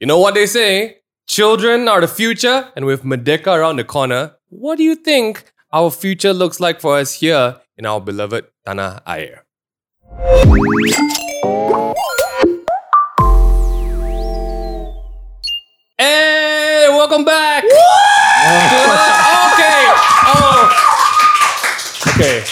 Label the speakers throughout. Speaker 1: You know what they say? Children are the future, and with Merdeka around the corner, what do you think our future looks like for us here in our beloved Tanah Air? Hey, welcome back! to the- okay, oh, okay.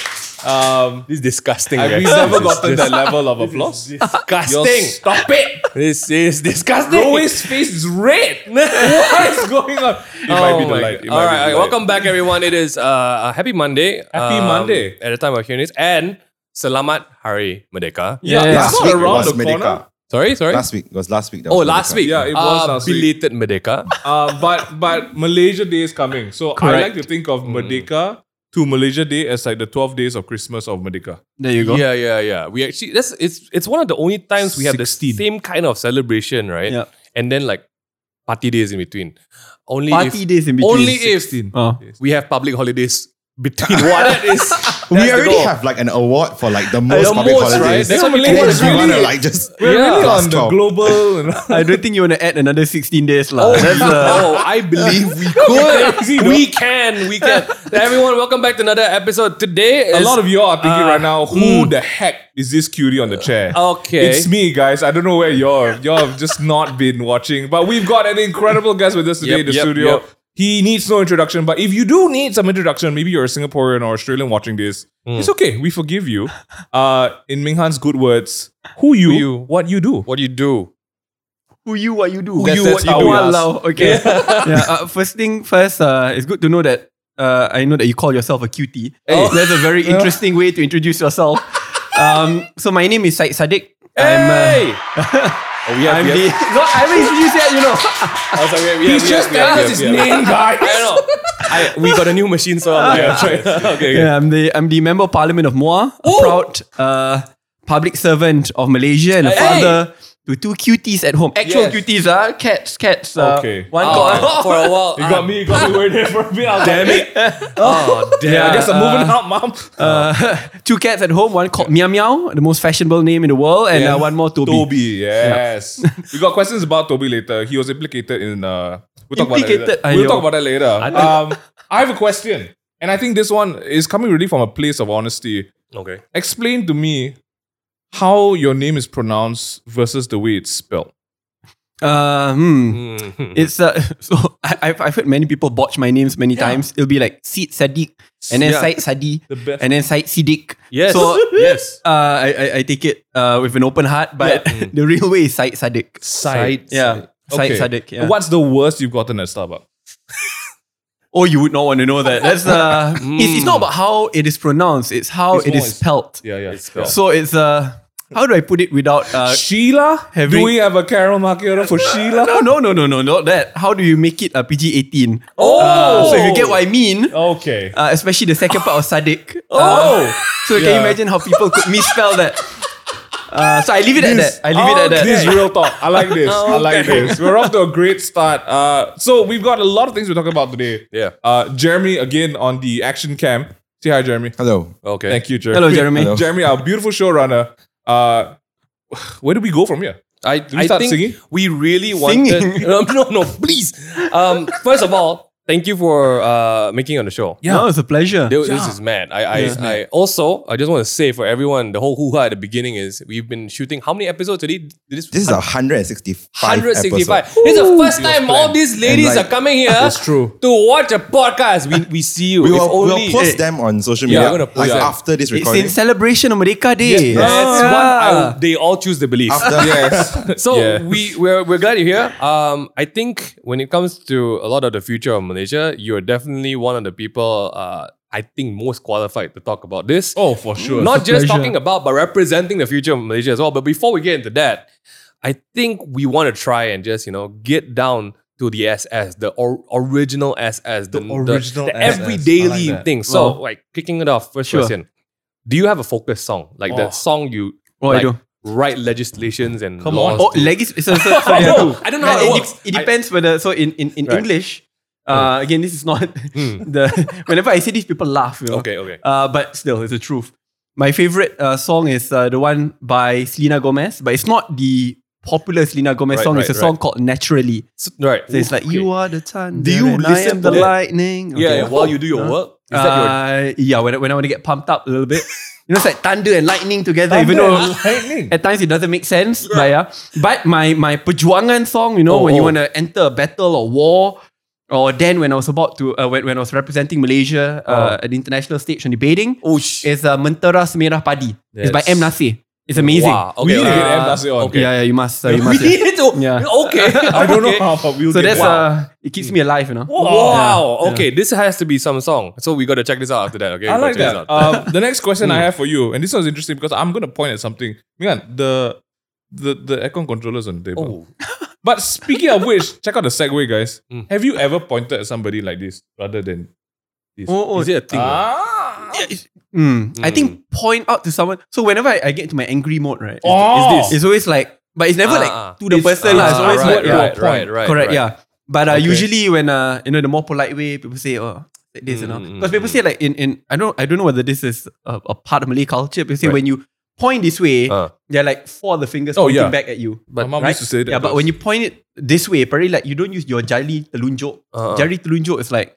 Speaker 1: Um, this is disgusting.
Speaker 2: Have you
Speaker 1: reaction.
Speaker 2: never
Speaker 1: This is
Speaker 2: gotten that level of applause? You're-
Speaker 1: disgusting.
Speaker 2: Stop it!
Speaker 1: This is disgusting.
Speaker 2: Roy's face is red. what is going on? Oh It might be
Speaker 1: Oh my God.
Speaker 2: the light. It
Speaker 1: All
Speaker 2: might be
Speaker 1: right,
Speaker 2: the
Speaker 1: all right.
Speaker 2: light.
Speaker 1: welcome back, everyone. It is uh, a happy Monday.
Speaker 2: Happy
Speaker 1: um,
Speaker 2: Monday.
Speaker 1: At the time of hearing this, and Selamat Hari Merdeka.
Speaker 2: Yeah,
Speaker 3: Yeah,
Speaker 2: it's
Speaker 3: last
Speaker 2: not
Speaker 3: week
Speaker 2: around
Speaker 3: was
Speaker 2: the corner.
Speaker 3: Merdeka.
Speaker 1: Sorry, sorry.
Speaker 3: Last week it was last week. that
Speaker 1: oh,
Speaker 3: was
Speaker 1: last
Speaker 3: Merdeka.
Speaker 1: week.
Speaker 2: Yeah, it was
Speaker 1: Uh,
Speaker 2: last week.
Speaker 1: Belated Merdeka.
Speaker 2: Uh, but but Malaysia Day is coming, so I like
Speaker 4: Correct.
Speaker 2: to think of Merdeka to Malaysia Day as like the twelve days of Christmas of Merdeka.
Speaker 4: There you go.
Speaker 1: Yeah, yeah, yeah. We actually that's it's it's one of the only times we have the
Speaker 2: 16.
Speaker 1: same kind of celebration, right?
Speaker 4: Yeah.
Speaker 1: And then like party days in between. Only
Speaker 4: Party
Speaker 1: if,
Speaker 4: days in between.
Speaker 1: only if
Speaker 4: Oh.
Speaker 1: we have public holidays between. what that is. that's
Speaker 3: We
Speaker 1: the
Speaker 3: already
Speaker 1: goal.
Speaker 3: have like an award for like the most public
Speaker 1: most, right?
Speaker 3: holidays.
Speaker 1: That's
Speaker 3: That's
Speaker 1: what
Speaker 3: what
Speaker 1: Malaysia
Speaker 2: is
Speaker 3: we want to
Speaker 2: really-
Speaker 3: like just
Speaker 2: We're really
Speaker 3: glass
Speaker 2: on the
Speaker 3: top.
Speaker 2: global. you know.
Speaker 4: I don't think you want to add another 16 days. lah. That's uh,
Speaker 1: oh, I believe we could. we can. We can. Everyone, welcome back to another episode. Today is-
Speaker 2: a lot of you all are thinking
Speaker 1: uh,
Speaker 2: right now, who the heck is this cutie on the chair?
Speaker 1: okay.
Speaker 2: It's me, guys. I don't know where you're. Y'all have just not been watching, but we've got an incredible guest with us today
Speaker 1: Yep,
Speaker 2: in the
Speaker 1: yep,
Speaker 2: studio.
Speaker 1: yep.
Speaker 2: He needs no introduction, but if you do need some introduction, maybe you're a Singaporean or Australian watching this,
Speaker 1: Hmm.
Speaker 2: it's okay. We forgive you. Uh, in Ming Han's good words, who you,
Speaker 1: you.
Speaker 2: what you do.
Speaker 1: What do you do?
Speaker 4: who you, what you do.
Speaker 1: Who you,
Speaker 2: that's
Speaker 1: what you
Speaker 2: how
Speaker 1: do.
Speaker 2: we ask.
Speaker 4: Walao. Okay. Yeah. uh, first thing first, uh, it's good to know that uh, I know that you call yourself a cutie.
Speaker 1: Oh.
Speaker 4: That's a very interesting way to introduce yourself. Um, so my name is Said Sadiq. I'm, uh,
Speaker 1: Hey!
Speaker 4: I'm the. No, I haven't introduced yet. You know.
Speaker 2: He's just telling us his name, guys.
Speaker 1: I, we got a new machine, so I'm like, okay, okay.
Speaker 4: Yeah, I'm the I'm the member of parliament of Moa, a proud uh, public servant of Malaysia and a father to two cuties at home. Actual
Speaker 1: Yes.
Speaker 4: cuties, ah, cats, cats. ah.
Speaker 2: Okay.
Speaker 4: one
Speaker 1: Oh,
Speaker 4: got
Speaker 1: for a while.
Speaker 2: You got me, you got me waiting for a bit. I was
Speaker 1: Damn
Speaker 2: like,
Speaker 1: it. Oh, damn.
Speaker 2: Yeah, I guess I'm moving out, mom.
Speaker 4: Uh, two cats at home. One called Meow Meow, the most fashionable name in the world, and
Speaker 2: Yeah.
Speaker 4: uh, one more Toby.
Speaker 2: Toby, yes. we got questions about Toby later. He was implicated in. Uh, we'll talk
Speaker 4: Implicated?
Speaker 2: about that later. We'll
Speaker 4: Aiyo.
Speaker 2: talk about that later. um, I have a question, and I think this one is coming really from a place of honesty.
Speaker 1: Okay.
Speaker 2: Explain to me how your name is pronounced versus the way it's spelled.
Speaker 4: Uh, hmm.
Speaker 1: Mm.
Speaker 4: It's uh, so I, I've, I've heard many people botch my names many times. It'll be like Sid Sadiq, and then
Speaker 1: Yeah.
Speaker 4: Said Sadi,
Speaker 2: The best.
Speaker 4: and then Said Siddiq.
Speaker 1: Yes.
Speaker 4: So
Speaker 1: yes.
Speaker 4: uh, I, I I take it uh, with an open heart, but the real way is Said Sadiq.
Speaker 2: Side.
Speaker 4: Yeah. Said Sadiq. Yeah.
Speaker 2: What's the worst you've gotten at Starbucks?
Speaker 4: Oh, you would not want to know that. That's uh, it's, it's not about how it is pronounced; it's how
Speaker 2: It's
Speaker 4: it
Speaker 2: more
Speaker 4: is
Speaker 2: it's-
Speaker 4: spelled.
Speaker 2: Yeah, yeah.
Speaker 4: So it's uh, how do I put it without uh?
Speaker 2: Sheila, do
Speaker 4: Having-
Speaker 2: we have a Carol Macchiato for Sheila?
Speaker 4: no, no, no, no, no, not that. How do you make it a PG eighteen? Uh,
Speaker 2: Oh,
Speaker 4: so if you get what I mean,
Speaker 2: Okay.
Speaker 4: uh, especially the second part of Sadiq. uh,
Speaker 2: Oh.
Speaker 4: so can
Speaker 2: Yeah.
Speaker 4: you imagine how people could misspell that? Uh, so I leave it at that. I leave it at that.
Speaker 2: This is real talk. I like this. I like this. We're off to a great start. Uh, so we've got a lot of things we're talking about today.
Speaker 1: Yeah.
Speaker 2: Uh, Jeremy again on the action cam. Say hi, Jeremy.
Speaker 3: Hello.
Speaker 1: Uh, Okay.
Speaker 2: Thank you, Jeremy.
Speaker 4: Hello, Jeremy. Hello.
Speaker 2: Jeremy, our beautiful showrunner. Uh, where do we go from here?
Speaker 1: I,
Speaker 2: we
Speaker 1: I
Speaker 2: start
Speaker 1: think
Speaker 2: singing?
Speaker 1: we really wanted.
Speaker 4: Singing?
Speaker 1: No, no, no, please. Um, first of all, thank you for uh, making it on the show.
Speaker 4: Yeah, no, it's a pleasure.
Speaker 1: Th- This is mad. I, I, I also I just want to say for everyone, the whole hoo ha at the beginning is we've been shooting how many episodes today? This,
Speaker 3: This is a 165.
Speaker 1: 165.
Speaker 3: episode.
Speaker 1: This is the first time all
Speaker 2: planned.
Speaker 1: these ladies
Speaker 3: And like-
Speaker 1: are coming here
Speaker 2: That's true.
Speaker 1: to watch a podcast. We, we see you.
Speaker 3: We
Speaker 1: It's
Speaker 3: will,
Speaker 1: only,
Speaker 3: we'll post them on social media.
Speaker 1: we're gonna post
Speaker 3: like
Speaker 1: them.
Speaker 3: after this
Speaker 4: it's
Speaker 3: recording.
Speaker 4: in celebration of Merdeka Day.
Speaker 1: That's what I
Speaker 4: Yeah.
Speaker 1: would- they all choose the belief.
Speaker 3: After
Speaker 2: Yes.
Speaker 1: So
Speaker 2: Yeah.
Speaker 1: we we're, we're glad you're here. Um, I think when it comes to a lot of the future of Malaysia, you're definitely one of the people. Uh, I think most qualified to talk about this.
Speaker 2: oh, for sure.
Speaker 1: Not just
Speaker 4: pleasure.
Speaker 1: talking about, but representing the future of Malaysia as well. But before we get into that, I think we want to try and just you know get down to the SS, the or- original SS, the,
Speaker 3: original
Speaker 1: the, the
Speaker 3: SS. I
Speaker 1: everyday
Speaker 3: like that.
Speaker 1: thing. So like kicking it off. First
Speaker 4: Sure.
Speaker 1: question: Do you have a focus song, like the
Speaker 2: Oh.
Speaker 1: song you
Speaker 4: Oh, I
Speaker 1: like,
Speaker 4: do.
Speaker 1: write legislations and
Speaker 2: Come
Speaker 1: laws
Speaker 2: on.
Speaker 4: Oh,
Speaker 1: to?
Speaker 4: legis- so, so, so
Speaker 1: I
Speaker 4: there are
Speaker 1: know.
Speaker 4: two.
Speaker 1: I don't know how
Speaker 4: Right,
Speaker 1: it
Speaker 4: de-
Speaker 1: works.
Speaker 4: It depends whether so in in, in
Speaker 1: Right. Hmm.
Speaker 4: English. Uh, again, this is not the. Whenever I say this, people laugh. You know?
Speaker 1: Okay, okay.
Speaker 4: Uh, but still, it's the truth. My favorite uh, song is uh, the one by Selena Gomez, but it's not the popular Selena Gomez
Speaker 2: Right,
Speaker 4: song is
Speaker 2: right,
Speaker 4: a song called Naturally.
Speaker 1: S- right.
Speaker 4: So it's like
Speaker 1: Okay.
Speaker 4: you are the thunder,
Speaker 1: Do you
Speaker 4: and I
Speaker 1: listen
Speaker 4: am
Speaker 1: to
Speaker 4: the
Speaker 1: that?
Speaker 4: lightning.
Speaker 1: Yeah,
Speaker 4: Okay.
Speaker 1: yeah, while you do your work, is that your
Speaker 4: Uh, yeah, when, I- when I want to get pumped up a little bit, you know, it's like thunder and lightning together. even though
Speaker 2: lightning.
Speaker 4: at times it doesn't make sense, but yeah. But my my perjuangan song, you know,
Speaker 1: Oh,
Speaker 4: when you
Speaker 1: oh.
Speaker 4: want to enter a battle or war, or then when I was about to uh, when, when I was representing Malaysia uh, at the international stage on debating,
Speaker 1: oh shit.
Speaker 4: is uh, Mentera Semerah Padi. It's by
Speaker 1: That's-
Speaker 4: M Nasir. It's amazing.
Speaker 1: Wow.
Speaker 2: We need to get
Speaker 1: okay.
Speaker 2: M. Nasir on.
Speaker 4: Yeah, yeah, you must, uh, you
Speaker 1: We
Speaker 4: must. yeah.
Speaker 1: need to.
Speaker 4: Yeah.
Speaker 1: Okay.
Speaker 2: I don't
Speaker 1: Okay.
Speaker 2: know how, but we'll
Speaker 4: So
Speaker 2: get
Speaker 4: that's
Speaker 2: that.
Speaker 4: uh, it keeps me alive, you know.
Speaker 1: Wow. Okay, this has to be some song. So we got to check this out after that. Okay. We
Speaker 2: I
Speaker 1: gotta
Speaker 2: like
Speaker 1: check this
Speaker 2: that.
Speaker 1: out.
Speaker 2: Um, the next question I have for you, and this one's interesting because I'm going to point at something. Mingan, the the the aircon controller's on the table.
Speaker 1: Oh.
Speaker 2: But speaking of which, check out the segue, guys.
Speaker 1: Mm.
Speaker 2: Have you ever pointed at somebody like this rather than this?
Speaker 4: Oh, oh,
Speaker 1: Is it a thing?
Speaker 2: Ah.
Speaker 4: Mm. I
Speaker 1: Hmm.
Speaker 4: think point out to someone. So whenever I, I get into my angry mode, right? It's, it's always like, but it's never
Speaker 1: Ah, ah.
Speaker 4: like to the
Speaker 1: It's-
Speaker 4: person. lah. it's
Speaker 1: ah,
Speaker 4: always
Speaker 1: right,
Speaker 4: what to a
Speaker 1: right,
Speaker 4: point.
Speaker 1: right, right,
Speaker 4: Correct,
Speaker 1: right.
Speaker 4: yeah. But uh,
Speaker 2: Okay.
Speaker 4: usually when uh, you know the more polite way, people say, oh, like this, you know,
Speaker 1: Mm, mm,
Speaker 4: because people
Speaker 1: mm.
Speaker 4: say like in, in I don't I don't know whether this is a, a part of Malay culture. People say when you point this way,
Speaker 1: Ah.
Speaker 4: they're like four of the fingers
Speaker 2: Oh,
Speaker 4: pointing
Speaker 2: yeah.
Speaker 4: back at you.
Speaker 2: My mom used to say that.
Speaker 4: Yeah, but
Speaker 2: to
Speaker 4: when
Speaker 2: us.
Speaker 4: you point it this way, apparently like you don't use your jari telunjuk.
Speaker 1: Uh-uh.
Speaker 4: Jari telunjuk is like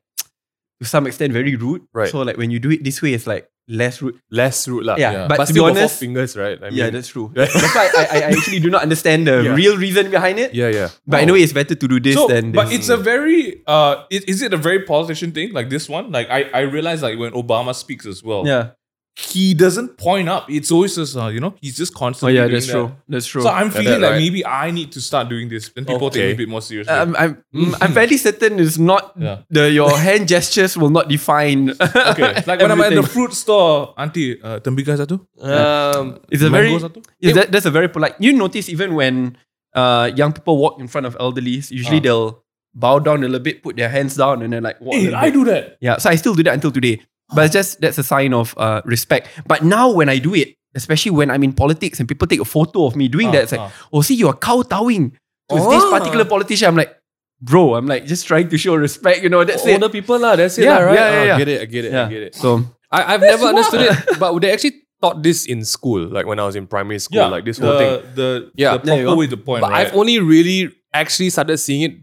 Speaker 4: to some extent very rude.
Speaker 1: Right.
Speaker 4: So like when you do it this way, it's like less rude.
Speaker 1: less rude lah.
Speaker 4: Yeah, but to be
Speaker 1: still got
Speaker 4: honest-
Speaker 1: four fingers, right? I mean,
Speaker 4: yeah, that's true. that's why I, I, I actually do not understand the
Speaker 1: Yeah.
Speaker 4: real reason behind it.
Speaker 1: yeah, yeah.
Speaker 4: But I know it's better to do this
Speaker 2: so,
Speaker 4: than
Speaker 2: but
Speaker 4: this.
Speaker 2: it's a very uh, is, is it a very politician thing like this one? Like I I realize like when Obama speaks as well,
Speaker 4: yeah.
Speaker 2: he doesn't point up. It's always just uh, you know he's just
Speaker 4: Oh
Speaker 2: constantly.
Speaker 4: yeah,
Speaker 2: doing
Speaker 4: that's
Speaker 2: that.
Speaker 4: true. That's true.
Speaker 2: So I'm feeling
Speaker 1: that,
Speaker 2: like
Speaker 1: right?
Speaker 2: maybe I need to start doing this, and people take
Speaker 1: Okay.
Speaker 2: me a bit more seriously.
Speaker 4: I'm I'm, I'm fairly certain it's not
Speaker 2: Yeah.
Speaker 4: the your hand gestures will not define.
Speaker 2: okay, like when I'm at the
Speaker 4: everything.
Speaker 2: fruit store, auntie, uh, tembika satu,
Speaker 1: Um,
Speaker 4: It's a very
Speaker 2: mango satu.
Speaker 4: yeah, that, that's a very polite. You notice even when uh young people walk in front of elderlies, usually they'll bow down a little bit, put their hands down, and then like walk. a
Speaker 2: Hey,
Speaker 4: little
Speaker 2: I
Speaker 4: bit.
Speaker 2: do that.
Speaker 4: Yeah, so Eh, I still do that until today. But it's just that's a sign of uh, respect. But now when I do it, especially when I'm in politics and people take a photo of me doing that, it's like, oh, see, you're kowtowing to this
Speaker 1: Oh.
Speaker 4: particular politician. I'm like, bro, I'm like just trying to show respect. You know, that's it.
Speaker 2: Oh,
Speaker 1: older people lah. That's it
Speaker 4: Yeah,
Speaker 1: lah, right?
Speaker 4: yeah, yeah,
Speaker 1: Ah,
Speaker 4: yeah.
Speaker 1: Get it, I get it, I
Speaker 4: yeah.
Speaker 1: get it.
Speaker 4: So
Speaker 1: I, I've never understood it, but they actually taught this in school, like when I was in primary school,
Speaker 2: yeah,
Speaker 1: like this
Speaker 2: the,
Speaker 1: whole thing.
Speaker 2: The,
Speaker 1: Yeah.
Speaker 2: the
Speaker 4: There you
Speaker 2: proper
Speaker 4: go.
Speaker 2: way to point.
Speaker 1: But
Speaker 2: right?
Speaker 1: I've only really actually started seeing it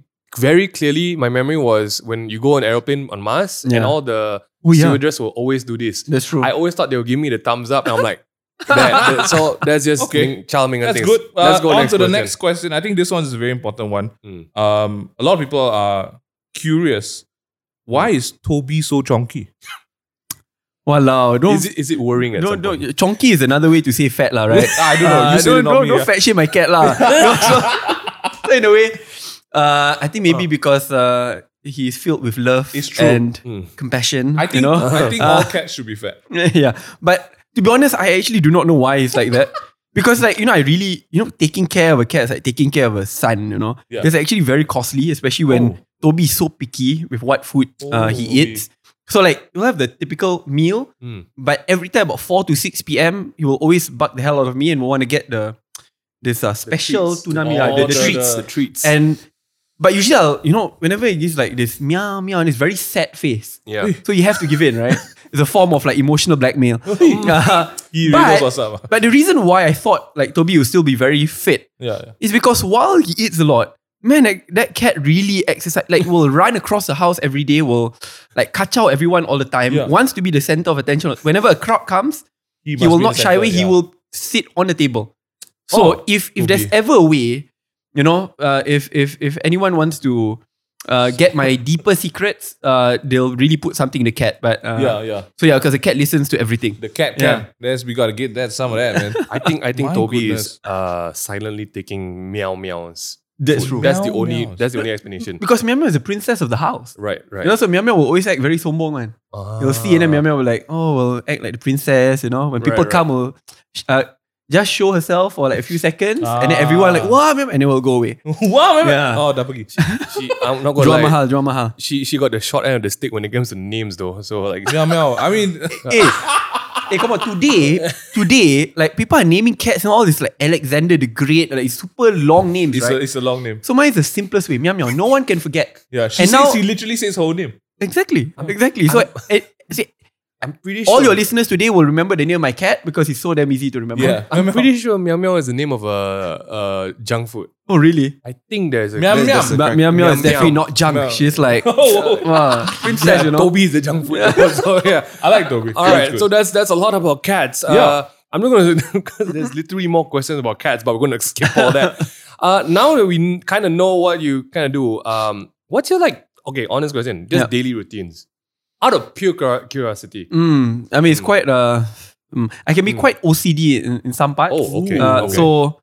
Speaker 1: very clearly. My memory was when you go on aeroplane on Mars, and
Speaker 4: Yeah.
Speaker 1: all the
Speaker 4: Oh, yeah.
Speaker 1: stewardess will always do this.
Speaker 4: that's true.
Speaker 1: I always thought they would give me the thumbs up, and I'm like, that, that- so that's just
Speaker 2: Okay.
Speaker 1: okay. charming.
Speaker 2: That's
Speaker 1: things.
Speaker 2: good.
Speaker 1: Let's
Speaker 2: Uh,
Speaker 1: go
Speaker 2: on
Speaker 1: next
Speaker 2: to the
Speaker 1: question.
Speaker 2: next question. I think this one is a very important one.
Speaker 1: Mm.
Speaker 2: Um, a lot of people are curious. Why is Toby so chonky?
Speaker 4: Wow, don't
Speaker 1: Is it, is it worrying at
Speaker 4: don't
Speaker 1: some
Speaker 4: don't.
Speaker 1: point?
Speaker 4: Chonky is another way to say fat lah, right?
Speaker 2: I don't know. You
Speaker 4: Uh,
Speaker 2: said it,
Speaker 4: don't
Speaker 2: not
Speaker 4: don't,
Speaker 2: me,
Speaker 4: don't
Speaker 2: yeah.
Speaker 4: fat shame my cat lah. No, so, so in a way, uh, I think maybe because uh, he's filled with love
Speaker 2: It's true.
Speaker 4: and
Speaker 1: Mm.
Speaker 4: compassion.
Speaker 2: I think
Speaker 4: you know?
Speaker 2: I think all cats should be fat.
Speaker 4: yeah. But to be honest, I actually do not know why it's like that. Because like, you know, I really, you know, taking care of a cat is like taking care of a son, you know.
Speaker 2: Yeah.
Speaker 4: It's actually very costly, especially when Toby is so picky with what food uh, he
Speaker 2: Oh.
Speaker 4: eats. So like you'll have the typical meal,
Speaker 2: Hmm.
Speaker 1: Mm.
Speaker 4: but every time about 4 to 6 p.m., he will always bug the hell out of me and will want to get the this uh, special
Speaker 1: treats.
Speaker 4: tsunami, uh, the,
Speaker 2: Oh,
Speaker 4: the,
Speaker 2: the-
Speaker 4: treats.
Speaker 2: the
Speaker 1: treats.
Speaker 4: And but usually I'll, you know, whenever it is like this meow meow and it's very sad face.
Speaker 1: yeah.
Speaker 4: So you have to give in, right? It's a form of like emotional blackmail. Uh,
Speaker 2: He really knows
Speaker 4: but,
Speaker 2: what's up.
Speaker 4: but the reason why I thought like Toby will still be very fit
Speaker 2: Yeah, yeah.
Speaker 4: is because while he eats a lot, man, like, that cat really exercise like will run across the house every day, will like catch out everyone all the time,
Speaker 2: Yeah.
Speaker 4: wants to be the center of attention. Whenever a crowd comes, he
Speaker 2: must
Speaker 4: will
Speaker 2: be
Speaker 4: not
Speaker 2: the
Speaker 4: shy
Speaker 2: center,
Speaker 4: away. He
Speaker 2: yeah. Oh,
Speaker 4: will sit on the table. So if if there's
Speaker 1: Toby.
Speaker 4: ever a way, you know, uh, if if if anyone wants to uh, get my deeper secrets, uh, they'll really put something in the cat. But uh,
Speaker 2: Yeah, yeah.
Speaker 4: so yeah, because the cat listens to everything.
Speaker 2: The cat
Speaker 4: Yeah.
Speaker 2: can. That's we gotta get that some of that, man.
Speaker 1: I think I think
Speaker 2: My
Speaker 1: Toby is
Speaker 2: goodness.
Speaker 1: uh, silently taking meow meows.
Speaker 4: That's
Speaker 1: food.
Speaker 4: true.
Speaker 1: That's the
Speaker 2: Meow
Speaker 1: only
Speaker 2: meows.
Speaker 1: that's the only explanation.
Speaker 4: Because Miao Miao is the princess of the house.
Speaker 1: Right, right. Ah.
Speaker 4: You know, so Miao Miao will always act very sombong, man. You'll see, and then
Speaker 2: Ah.
Speaker 4: Miao Miao will like, oh, will act like the princess, you know. When people
Speaker 1: Right, right.
Speaker 4: come, will uh, just show herself for like a few seconds, and then
Speaker 2: Ah.
Speaker 4: everyone like, wow, Miao Miao," and then will go away.
Speaker 2: wow, man.
Speaker 4: Yeah.
Speaker 2: Oh, dah pergi.
Speaker 1: She, I'm not gonna
Speaker 4: Drama
Speaker 1: lie.
Speaker 4: hal, drama hal.
Speaker 1: She she got the short end of the stick when it comes to names though. So like
Speaker 2: Meow meow. I mean,
Speaker 4: hey, hey, Eh, come on. Today, today, like people are naming cats and all this like Alexander the Great, like super long names,
Speaker 2: it's a
Speaker 4: right?
Speaker 2: it's a long name.
Speaker 4: so mine is the simplest way. Meow meow. No one can forget.
Speaker 2: Yeah. She
Speaker 4: And
Speaker 2: says
Speaker 4: now-
Speaker 2: he literally says whole name.
Speaker 4: Exactly. exactly. So it, eh, see,
Speaker 1: I'm pretty sure
Speaker 4: All your listeners today will remember the name of my cat because it's so damn easy to remember.
Speaker 2: Yeah.
Speaker 1: I'm pretty sure Meow Meow is the name of a uh, junk food.
Speaker 4: Oh, really?
Speaker 1: I think there's a
Speaker 2: Meow
Speaker 1: there's-
Speaker 2: Meow.
Speaker 1: there's a-
Speaker 4: But Meow Meow is
Speaker 1: Meow.
Speaker 4: definitely not junk.
Speaker 2: Meow.
Speaker 4: She's like,
Speaker 2: Oh, oh.
Speaker 4: wow, princess, you know.
Speaker 1: Toby is the junk food. so yeah.
Speaker 2: I like Dobby.
Speaker 1: All right. So that's that's a lot about cats.
Speaker 2: Yeah.
Speaker 1: Uh, I'm not going to because there's literally more questions about cats, but we're going to skip all that. uh, now that we kind of know what you kind of do, um, what's your like? Okay, honest question. Just
Speaker 4: Yeah.
Speaker 1: daily routines, out of pure cur- curiosity.
Speaker 4: Mm, I mean, it's quite. Uh, mm, I can be quite OCD in, in some parts.
Speaker 1: Oh, okay,
Speaker 4: Uh,
Speaker 1: okay. Mm.
Speaker 4: So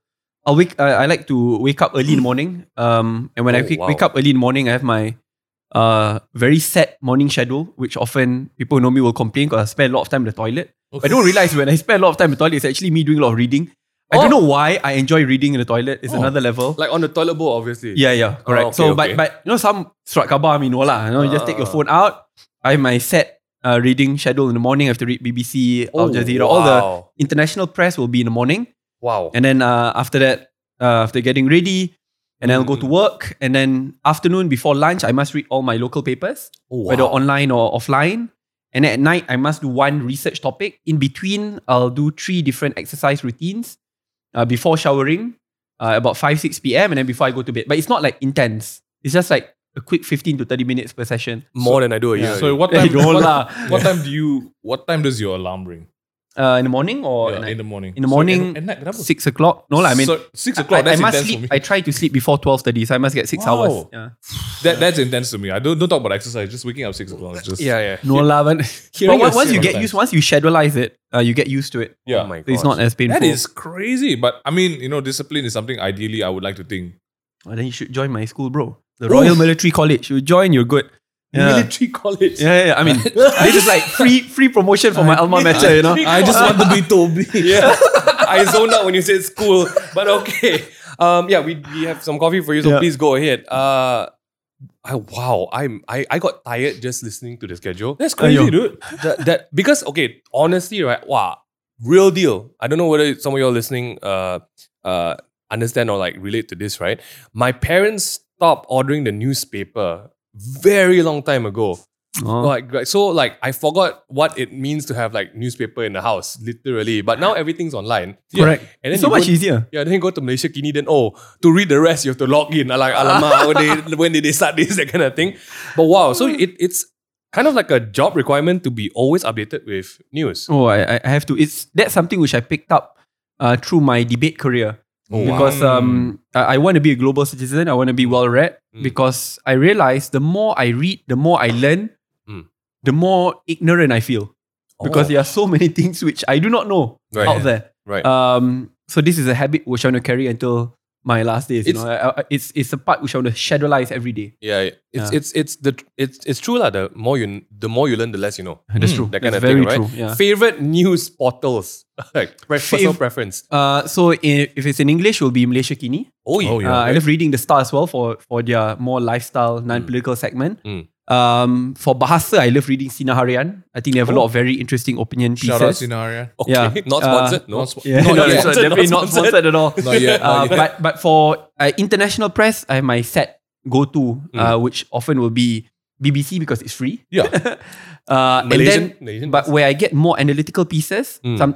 Speaker 4: I wake. I, I like to wake up early in the morning. Um, and when I
Speaker 1: Oh,
Speaker 4: wake,
Speaker 1: wow.
Speaker 4: wake up early in the morning, I have my uh very set morning schedule, which often people who know me will complain because I spend a lot of time in the toilet. But I don't realize when I spend a lot of time in the toilet, it's actually me doing a lot of reading. I don't
Speaker 1: Oh.
Speaker 4: know why I enjoy reading in the toilet. It's another level.
Speaker 1: Like on the toilet bowl, obviously.
Speaker 4: Yeah, yeah, correct.
Speaker 1: Oh, okay,
Speaker 4: so,
Speaker 1: okay.
Speaker 4: but but you know, some surat khabar, you know lah. You know, you just take your
Speaker 1: Ah.
Speaker 4: phone out. I have my set uh, reading schedule in the morning. I have to read BBC,
Speaker 1: Oh,
Speaker 4: Al Jazeera. All the
Speaker 1: wow.
Speaker 4: international press will be in the morning,
Speaker 1: Oh, wow.
Speaker 4: and then uh, after that, uh, after getting ready, and then I'll go
Speaker 1: Mm.
Speaker 4: to work, and then afternoon before lunch, I must read all my local papers,
Speaker 1: Oh, wow.
Speaker 4: whether online or offline. And then at night, I must do one research topic. In between, I'll do three different exercise routines uh, before showering, uh, about 5, 6 p.m., and then before I go to bed. But it's not like intense. It's just like a quick 15 to 30 minutes per session.
Speaker 1: More than I do a year.
Speaker 2: So what
Speaker 4: Hey,
Speaker 2: time?
Speaker 4: don't
Speaker 2: what,
Speaker 4: lah.
Speaker 2: what time do you? What time does your alarm ring?
Speaker 4: Uh, in the morning or
Speaker 2: Yeah,
Speaker 4: at
Speaker 2: in
Speaker 4: night?
Speaker 2: the morning.
Speaker 4: In the
Speaker 2: So
Speaker 4: morning,
Speaker 2: at, at night, kenapa?
Speaker 4: 6 o'clock. No, lah. I mean,
Speaker 2: So, six
Speaker 4: I-
Speaker 2: o'clock.
Speaker 4: I,
Speaker 2: that's
Speaker 4: I must
Speaker 2: intense
Speaker 4: sleep.
Speaker 2: for me.
Speaker 4: I try to sleep before 12.30, so I must get 6
Speaker 2: Wow.
Speaker 4: hours. Yeah.
Speaker 2: that, that's intense to me. I don't don't talk about exercise. Just waking up six o'clock. is Just
Speaker 1: yeah, yeah.
Speaker 4: No, lah. But,
Speaker 1: Hearing
Speaker 4: but once,
Speaker 1: your
Speaker 4: once you
Speaker 1: shit
Speaker 4: get
Speaker 2: sometimes.
Speaker 4: used, once you scheduleize it, uh, you get used to it.
Speaker 2: yeah.
Speaker 1: Oh my
Speaker 4: So it's
Speaker 1: gosh.
Speaker 4: not as painful.
Speaker 2: That is crazy. But I mean, you know, discipline is something ideally I would like to think.
Speaker 4: Oh, then you should join my school, bro. The Royal Military College. You join, you're good. Yeah.
Speaker 1: Military college.
Speaker 4: Yeah, yeah, yeah. I mean, this is like free free promotion for my alma mater, you know?
Speaker 2: I just want to be Toby.
Speaker 1: yeah. I zoned out when you said school, but okay. Um, yeah, we, we have some coffee for you, so
Speaker 4: Yeah.
Speaker 1: please go ahead. Uh, I, wow, I'm I, I got tired just listening to the schedule. That's
Speaker 4: crazy, Ayo.
Speaker 1: dude. That, that because okay, honestly, right? Wow, real deal. I don't know whether some of you all listening uh uh understand or like relate to this, right? My parents stopped ordering the newspaper very long time ago.
Speaker 4: Oh.
Speaker 1: Like, like, so like I forgot what it means to have like newspaper in the house, literally. But now everything's online.
Speaker 4: Correct.
Speaker 1: And then
Speaker 4: It's so
Speaker 1: you
Speaker 4: much
Speaker 1: go-
Speaker 4: easier.
Speaker 1: Yeah, then you go to Malaysia Kini, then oh, to read the rest you have to log in. I'm Like Alama, when, they, when did they start this, that kind of thing. But wow, so it, it's kind of like a job requirement to be always updated with news.
Speaker 4: Oh, I, I- I have to. It's That's something which I picked up uh, through my debate career.
Speaker 1: Oh,
Speaker 4: Oh, because um, I, I want to be a global citizen. I want to be well read
Speaker 1: Mm.
Speaker 4: because I realize the more I read, the more I learn,
Speaker 1: Mm.
Speaker 4: the more ignorant I feel. Because
Speaker 1: Oh.
Speaker 4: there are so many things which I do not know
Speaker 1: Right.
Speaker 4: out there.
Speaker 1: Right.
Speaker 4: Um, so this is a habit which I want to carry until my last days.
Speaker 1: It's-
Speaker 4: you know, I, I, it's it's a part which I want to scheduleize every day.
Speaker 1: yeah, yeah. it's it's it's the it's it's true lah. The more you the more you learn, the less you know.
Speaker 4: That's true.
Speaker 1: That kind
Speaker 4: That's
Speaker 1: of
Speaker 4: very
Speaker 1: thing, right?
Speaker 4: true. Yeah.
Speaker 1: Favorite news portals, like pre- personal preference.
Speaker 4: Uh, so i- if it's in English, it will be Malaysia Kini.
Speaker 1: Oh yeah,
Speaker 2: Oh, yeah.
Speaker 4: Uh, I love reading the Star as well for for their more lifestyle, non-political segment.
Speaker 1: Mm.
Speaker 4: Um, for Bahasa, I love reading Sina Harian. I think they
Speaker 1: Oh.
Speaker 4: have a lot of very interesting opinion pieces.
Speaker 2: Shout out Sinaria.
Speaker 1: okay,
Speaker 4: Yeah.
Speaker 1: not
Speaker 4: Uh,
Speaker 1: sponsored, no.
Speaker 2: not spo-
Speaker 4: Yeah,
Speaker 1: Not
Speaker 4: no,
Speaker 1: yet.
Speaker 4: it's not-
Speaker 1: Sponsored,
Speaker 4: definitely
Speaker 1: not
Speaker 4: not sponsored at all.
Speaker 2: Not yet.
Speaker 4: Uh,
Speaker 2: not yet.
Speaker 4: but but for uh, international press, I have my set go-to, uh, which often will be BBC because it's free.
Speaker 2: yeah.
Speaker 4: Uh, and
Speaker 1: Malaysian,
Speaker 4: then,
Speaker 1: Malaysian
Speaker 4: but where I get more analytical pieces,
Speaker 1: Mm.
Speaker 4: some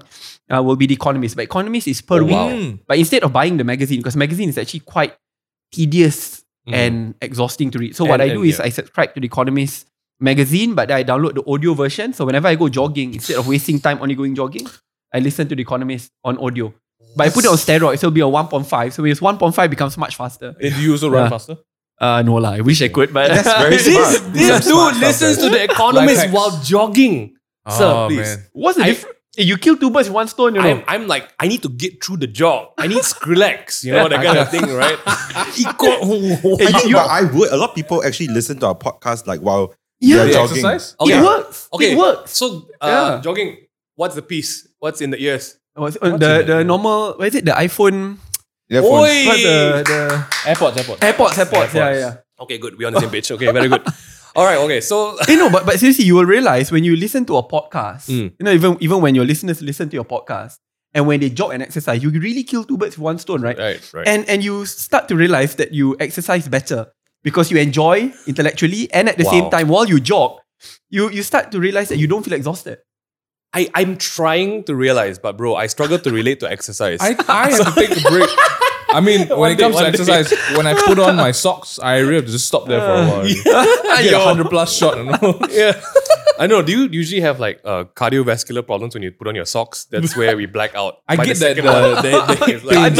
Speaker 4: uh, will be the Economist. But Economist is per
Speaker 1: Oh,
Speaker 4: week.
Speaker 1: wow.
Speaker 2: Mm.
Speaker 4: But instead of buying the magazine, because magazine is actually quite tedious
Speaker 1: Mhm.
Speaker 4: and exhausting to read. So what
Speaker 1: And-
Speaker 4: I do
Speaker 1: and-
Speaker 4: is
Speaker 1: yeah.
Speaker 4: I subscribe to the Economist magazine, but I download the audio version. So whenever I go jogging, instead of wasting time only going jogging, I listen to the Economist on audio. But I put it on steroids, so it'll be a 1.5. So it's 1.5 becomes much faster.
Speaker 2: Did you also run
Speaker 4: Yeah.
Speaker 2: faster?
Speaker 4: Uh, no lah, I wish I could, but
Speaker 3: That's very
Speaker 1: this
Speaker 3: smart.
Speaker 1: this
Speaker 3: That's
Speaker 1: dude
Speaker 3: smart,
Speaker 1: listens to
Speaker 3: Doctor.
Speaker 1: the Economist
Speaker 2: hacks.
Speaker 1: while jogging. Sir,
Speaker 2: Oh,
Speaker 1: please.
Speaker 2: man.
Speaker 4: what's the
Speaker 1: I-
Speaker 4: difference? You kill two birds with one stone, you know.
Speaker 1: I'm, I'm like, I need to get through the jog. I need Skrillex, you know, that kind of thing, right? Eco-
Speaker 3: I think,
Speaker 4: you-
Speaker 3: but I would. A lot of people actually listen to our podcast like while
Speaker 4: Yeah.
Speaker 3: they're
Speaker 2: Yeah,
Speaker 3: jogging.
Speaker 2: exercise?
Speaker 1: Okay.
Speaker 4: It works.
Speaker 1: okay,
Speaker 4: It works.
Speaker 1: So, uh,
Speaker 4: Yeah.
Speaker 1: jogging, what's the piece? What's in the ears?
Speaker 4: What's- uh, the the normal, what is it? The iPhone.
Speaker 3: Their phones.
Speaker 1: Oi!
Speaker 4: What's the, the
Speaker 2: Airports, airports.
Speaker 4: AirPods, AirPods. Yeah,
Speaker 2: AirPods.
Speaker 4: yeah.
Speaker 1: Okay, good. We're on the same page. Okay, very good. All right, okay. So,
Speaker 4: Hey, Eh, no, but, but seriously, you will realize when you listen to a podcast,
Speaker 1: Mm.
Speaker 4: you know, even even when your listeners listen to your podcast, and when they jog and exercise, you really kill two birds with one stone, right?
Speaker 1: right, right.
Speaker 4: And and you start to realize that you exercise better because you enjoy intellectually, and at the same
Speaker 1: Wow.
Speaker 4: time, while you jog, you you start to realize that you don't feel exhausted.
Speaker 1: I, I'm trying to realize, but bro, I struggle to relate to exercise.
Speaker 2: I, I have to take a break. I mean, when it
Speaker 1: day,
Speaker 2: comes to
Speaker 1: one day.
Speaker 2: exercise, when I put on my socks, I really have to just stop there for a while. I get a
Speaker 1: Yo.
Speaker 2: 100 plus shot. You know?
Speaker 1: Uh, yeah. I know. Do you usually have like uh, cardiovascular problems when you put on your socks? That's where we black out.
Speaker 2: I
Speaker 1: By
Speaker 2: get
Speaker 1: the
Speaker 2: that.
Speaker 1: second
Speaker 2: The,
Speaker 1: one.
Speaker 2: the, the hip pains.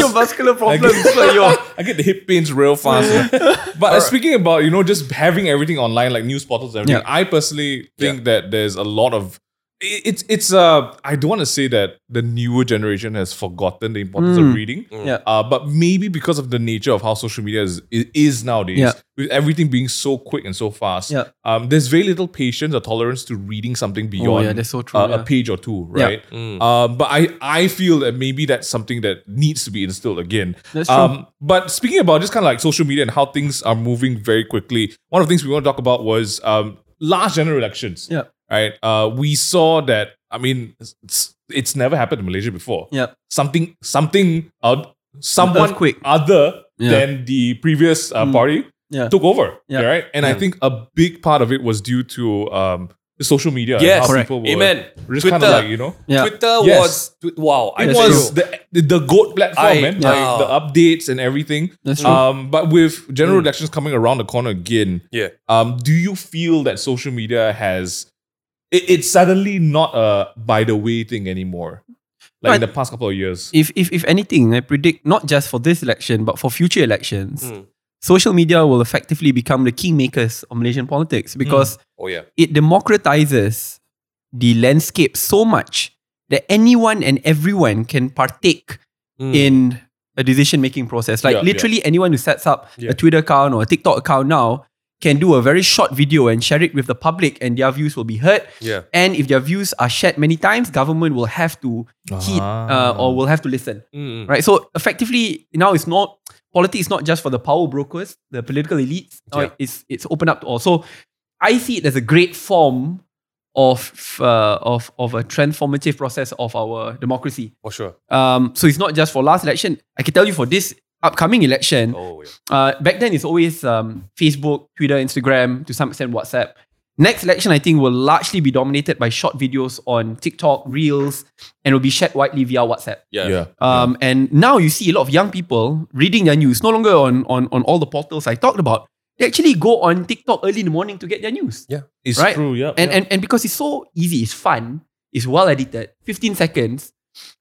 Speaker 4: Cardiovascular problems. but yo,
Speaker 2: I get the hip pains real fast. but uh, speaking about, you know, just having everything online, like news portals and everything,
Speaker 4: Yeah.
Speaker 2: I personally think that there's a lot of i- it's it's uh I don't want to say that the newer generation has forgotten the importance
Speaker 1: Mm.
Speaker 2: of reading.
Speaker 4: Yeah.
Speaker 2: Uh, but maybe because of the nature of how social media is i- is nowadays,
Speaker 4: Yeah.
Speaker 2: with everything being so quick and so fast,
Speaker 4: Yeah. Oh,
Speaker 2: um, there's very little patience or tolerance to reading something beyond
Speaker 4: yeah, that's so true,
Speaker 2: uh,
Speaker 4: yeah.
Speaker 2: a page or two,
Speaker 4: Yeah.
Speaker 2: right? Um, but I I feel that maybe that's something that needs to be instilled again.
Speaker 4: That's true.
Speaker 2: Um, but speaking about just kind of like social media and how things are moving very quickly, one of the things we want to talk about was um, last general elections.
Speaker 4: Yeah.
Speaker 2: Right. Uh, we saw that. I mean, it's, it's never happened in Malaysia before.
Speaker 4: Yeah.
Speaker 2: Something, something, uh, someone
Speaker 4: earthquake.
Speaker 2: other
Speaker 4: Yeah.
Speaker 2: than the previous uh,
Speaker 4: Mm.
Speaker 2: party
Speaker 4: Yeah.
Speaker 2: took over.
Speaker 4: Yeah.
Speaker 2: Right. And I think a big part of it was due to um, the social media. and
Speaker 1: Yes.
Speaker 2: how
Speaker 1: Correct.
Speaker 2: people were
Speaker 1: Amen.
Speaker 2: Just kind of
Speaker 1: Twitter.
Speaker 2: like you know.
Speaker 4: Yeah.
Speaker 1: Twitter
Speaker 2: Yes.
Speaker 1: was tw- wow. I
Speaker 2: It
Speaker 4: That's
Speaker 2: was the, the the goat platform,
Speaker 1: I-
Speaker 2: man.
Speaker 1: yeah.
Speaker 2: Like the updates and everything.
Speaker 4: That's true. Mm.
Speaker 2: Um, but with general elections coming around the corner again,
Speaker 1: yeah.
Speaker 2: um, do you feel that social media has it, it's suddenly not a by the way thing anymore? Like in
Speaker 4: But-
Speaker 2: the past couple of years.
Speaker 4: if, if, if anything, I predict not just for this election, but for future elections,
Speaker 2: Hmm.
Speaker 1: Mm.
Speaker 4: social media will effectively become the kingmakers of Malaysian politics because
Speaker 2: Hmm.
Speaker 1: Oh yeah.
Speaker 4: it democratizes the landscape so much that anyone and everyone can partake
Speaker 1: Mm.
Speaker 4: in a decision making process. Like
Speaker 2: Hmm. Yeah,
Speaker 4: literally anyone who sets up
Speaker 1: Yeah.
Speaker 4: a Twitter account or a TikTok account now can do a very short video and share it with the public and their views will be heard.
Speaker 1: Yeah.
Speaker 4: And if their views are shared many times, government will have to heed uh,
Speaker 2: Ah.
Speaker 4: or will have to listen.
Speaker 1: Mm.
Speaker 4: Mm-hmm. Right. So effectively now it's not politics is not just for the power brokers, the political elites. Now
Speaker 1: Yeah.
Speaker 4: it's it's open up to all. So I see it as a great form of uh, of of a transformative process of our democracy.
Speaker 1: For sure.
Speaker 4: Um, so it's not just for last election. I can tell you for this upcoming election,
Speaker 1: Oh yeah.
Speaker 4: uh, back then it's always um, Facebook, Twitter, Instagram, to some extent WhatsApp. Next election, I think, will largely be dominated by short videos on TikTok, Reels, and will be shared widely via WhatsApp.
Speaker 1: Yeah.
Speaker 2: yeah.
Speaker 4: Um, And now you see a lot of young people reading their news, no longer on, on, on all the portals I talked about. They actually go on TikTok early in the morning to get their news.
Speaker 2: It's
Speaker 4: right.
Speaker 2: true, yeah.
Speaker 4: And, and, and because it's so easy, it's fun, it's well edited, 15 seconds.